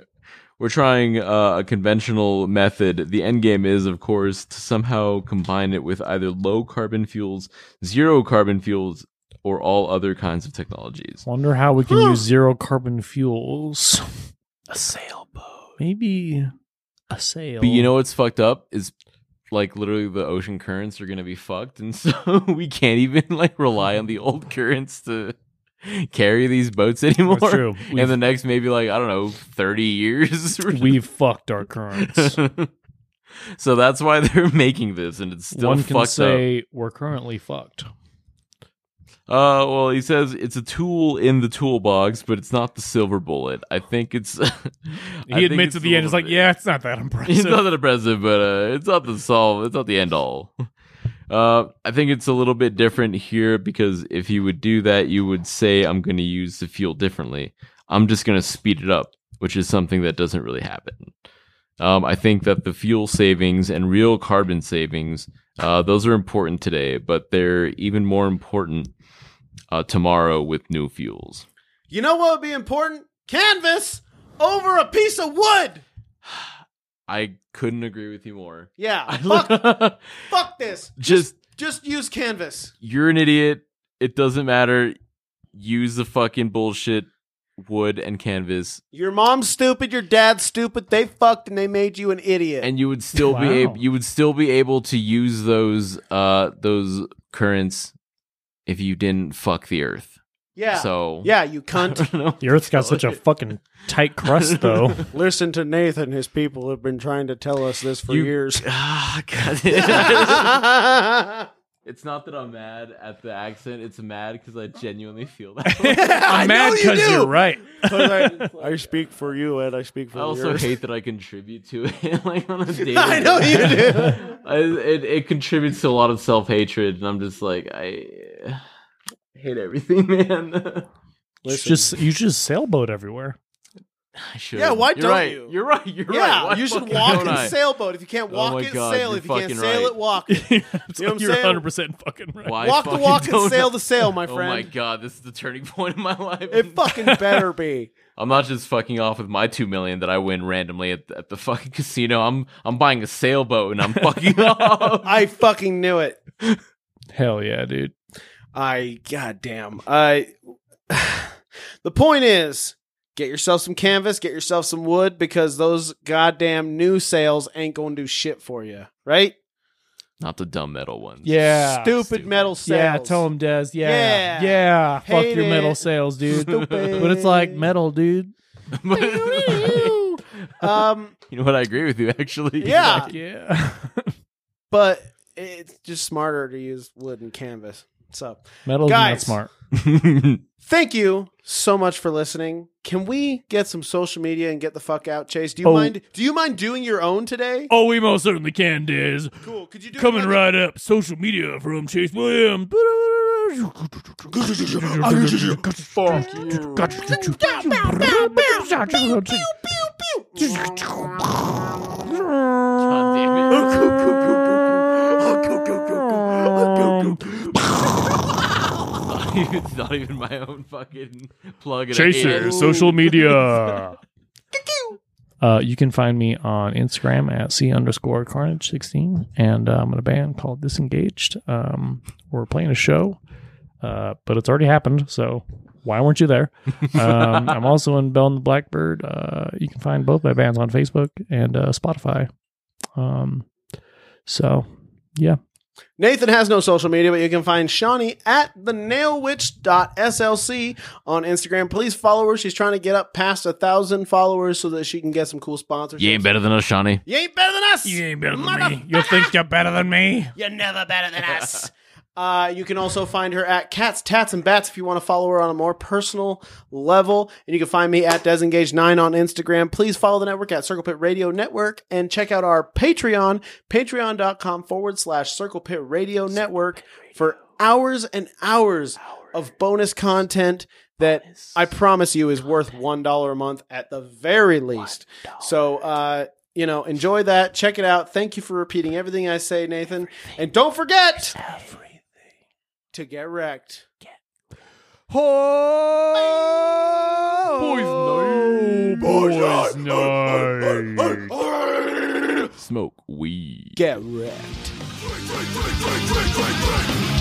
C: We're trying uh, a conventional method. The end game is, of course, to somehow combine it with either low carbon fuels, zero carbon fuels, or all other kinds of technologies.
A: Wonder how we can use zero carbon fuels. A sailboat. Maybe a sail.
C: But you know what's fucked up is, like, literally the ocean currents are gonna be fucked, and so we can't even like rely on the old currents to carry these boats anymore.
A: That's true.
C: in
A: We've,
C: the next maybe like I don't know thirty years.
A: we've fucked our currents.
C: so that's why they're making this, and it's still
A: One can
C: fucked up.
A: say we're currently fucked.
C: Uh, well, he says it's a tool in the toolbox, but it's not the silver bullet. I think it's. I
A: He
C: think
A: admits
C: it's
A: at
C: a
A: the end, he's
C: little
A: like,
C: bit-
A: yeah, it's not that
C: It's
A: impressive.
C: not that impressive, but uh, it's not the solve. It's not the end all. Uh, I think it's a little bit different here because if you would do that, you would say, "I'm going to use the fuel differently. I'm just going to speed it up," which is something that doesn't really happen. Um, I think that the fuel savings and real carbon savings, uh, those are important today, but they're even more important uh, tomorrow with new fuels.
B: You know what would be important? Canvas over a piece of wood.
C: I couldn't agree with you more.
B: Yeah.
C: I
B: Fuck,
C: love-
B: fuck this.
C: just
B: Just use canvas.
C: you're an idiot. It doesn't matter. Use the fucking bullshit wood and canvas,
B: Your mom's stupid. Your dad's stupid. They fucked and they made you an idiot.
C: and you would still be
A: Wow.
C: able you would still be able to use those uh those currents if you didn't fuck the earth.
B: yeah.
C: So
B: yeah, you
C: I
B: cunt.
C: don't know.
A: the Earth's got such a fucking tight crust, though.
B: Listen to Nathan. His people have been trying to tell us this for
C: You-
B: years.
C: Ah, God.
B: I'm
C: it's not that I'm mad at the accent. It's mad because I genuinely feel that. way.
A: I'm mad because you are right.
B: I, I speak for you, and I speak for
C: I also
B: yours.
C: hate that I contribute to it like on a daily.
B: I know you do.
C: I, it, it contributes to a lot of self hatred, and I'm just like, I hate everything, man.
A: You should just you should just sailboat everywhere.
C: I should.
B: Yeah, why
C: You're
B: don't
C: right.
B: you?
C: You're right. You're
B: yeah,
C: right. Why
B: you should
C: fucking
B: walk
C: don't
B: and
C: I?
B: sailboat. If you can't
C: Oh
B: walk
C: my
B: it,
C: God,
B: sail.
C: you're
B: If you can't
C: fucking
B: sail
C: right.
B: it, walk it.
A: It's
B: know what I'm
A: like you're
B: saying?
A: 100 percent fucking right.
C: Why
B: walk the
C: fucking
B: walk and
C: don't
B: sail
C: I?
B: the sail, my
C: Oh my
B: friend.
C: god, this is the turning point in my life.
B: It fucking better be.
C: I'm not just fucking off with my two million that I win randomly at, at the fucking casino. I'm I'm buying a sailboat and I'm fucking off.
B: I fucking knew it.
A: Hell yeah, dude.
B: I goddamn. I The point is, get yourself some canvas, get yourself some wood because those goddamn new sails ain't going to do shit for you, right?
C: Not the dumb metal ones.
A: Yeah.
B: Stupid,
C: Stupid.
B: metal sails.
A: Yeah, tell him, Des. Yeah.
B: Yeah.
A: Yeah. Fuck
B: Hate
A: your metal
B: it.
A: sales, dude.
B: Stupid.
A: But it's like metal, dude.
C: you
B: Um
C: know what? I agree with you actually.
B: yeah,
A: Fuck yeah.
B: but it's just smarter to use wood and canvas. So,
A: Metal's
B: Guys.
A: not smart.
B: thank you so much for listening. Can we get some social media and get the fuck out, Chase? Do you
A: Oh.
B: mind do you mind doing your own today?
A: Oh, we most certainly can, Des.
B: Cool. Could you do it
A: Coming
B: like-
A: right up, social media from Chase Williams.
C: Fuck you. God Oh, damn it. it's not even my own fucking plug. and I hate
A: Chaser,
C: it.
A: social media. Uh, you can find me on Instagram at C underscore carnage 16. And uh, I'm in a band called Disengaged. Um, we're playing a show, uh, but it's already happened. So why weren't you there? Um, I'm also in Bell and the Blackbird. Uh, you can find both my bands on Facebook and uh, Spotify. Um, so, yeah.
B: Nathan has no social media, but you can find Shawnee at the nailwitch.slc on Instagram. Please follow her. She's trying to get up past a thousand followers so that she can get some cool sponsors.
C: You ain't better than us, Shawnee.
B: You ain't better than us.
A: ain't better
B: than me.
A: You think you're better than me?
B: You're never better than us. Uh, you can also find her at Cats, Tats, and Bats if you want to follow her on a more personal level. And you can find me at Desengage9 on Instagram. Please follow the network at Circle Pit Radio Network and check out our Patreon, patreon.com forward slash Circle Pit Radio Network for hours and hours of bonus content that I promise you is worth $1 a month at the very least. So uh, you know, enjoy that. Check it out. Thank you for repeating everything I say, Nathan. And don't forget to get wrecked.
C: Oh. Boys,
E: Boys night.
C: Smoke weed.
B: Get wrecked.
F: Drink, drink, drink, drink, drink, drink.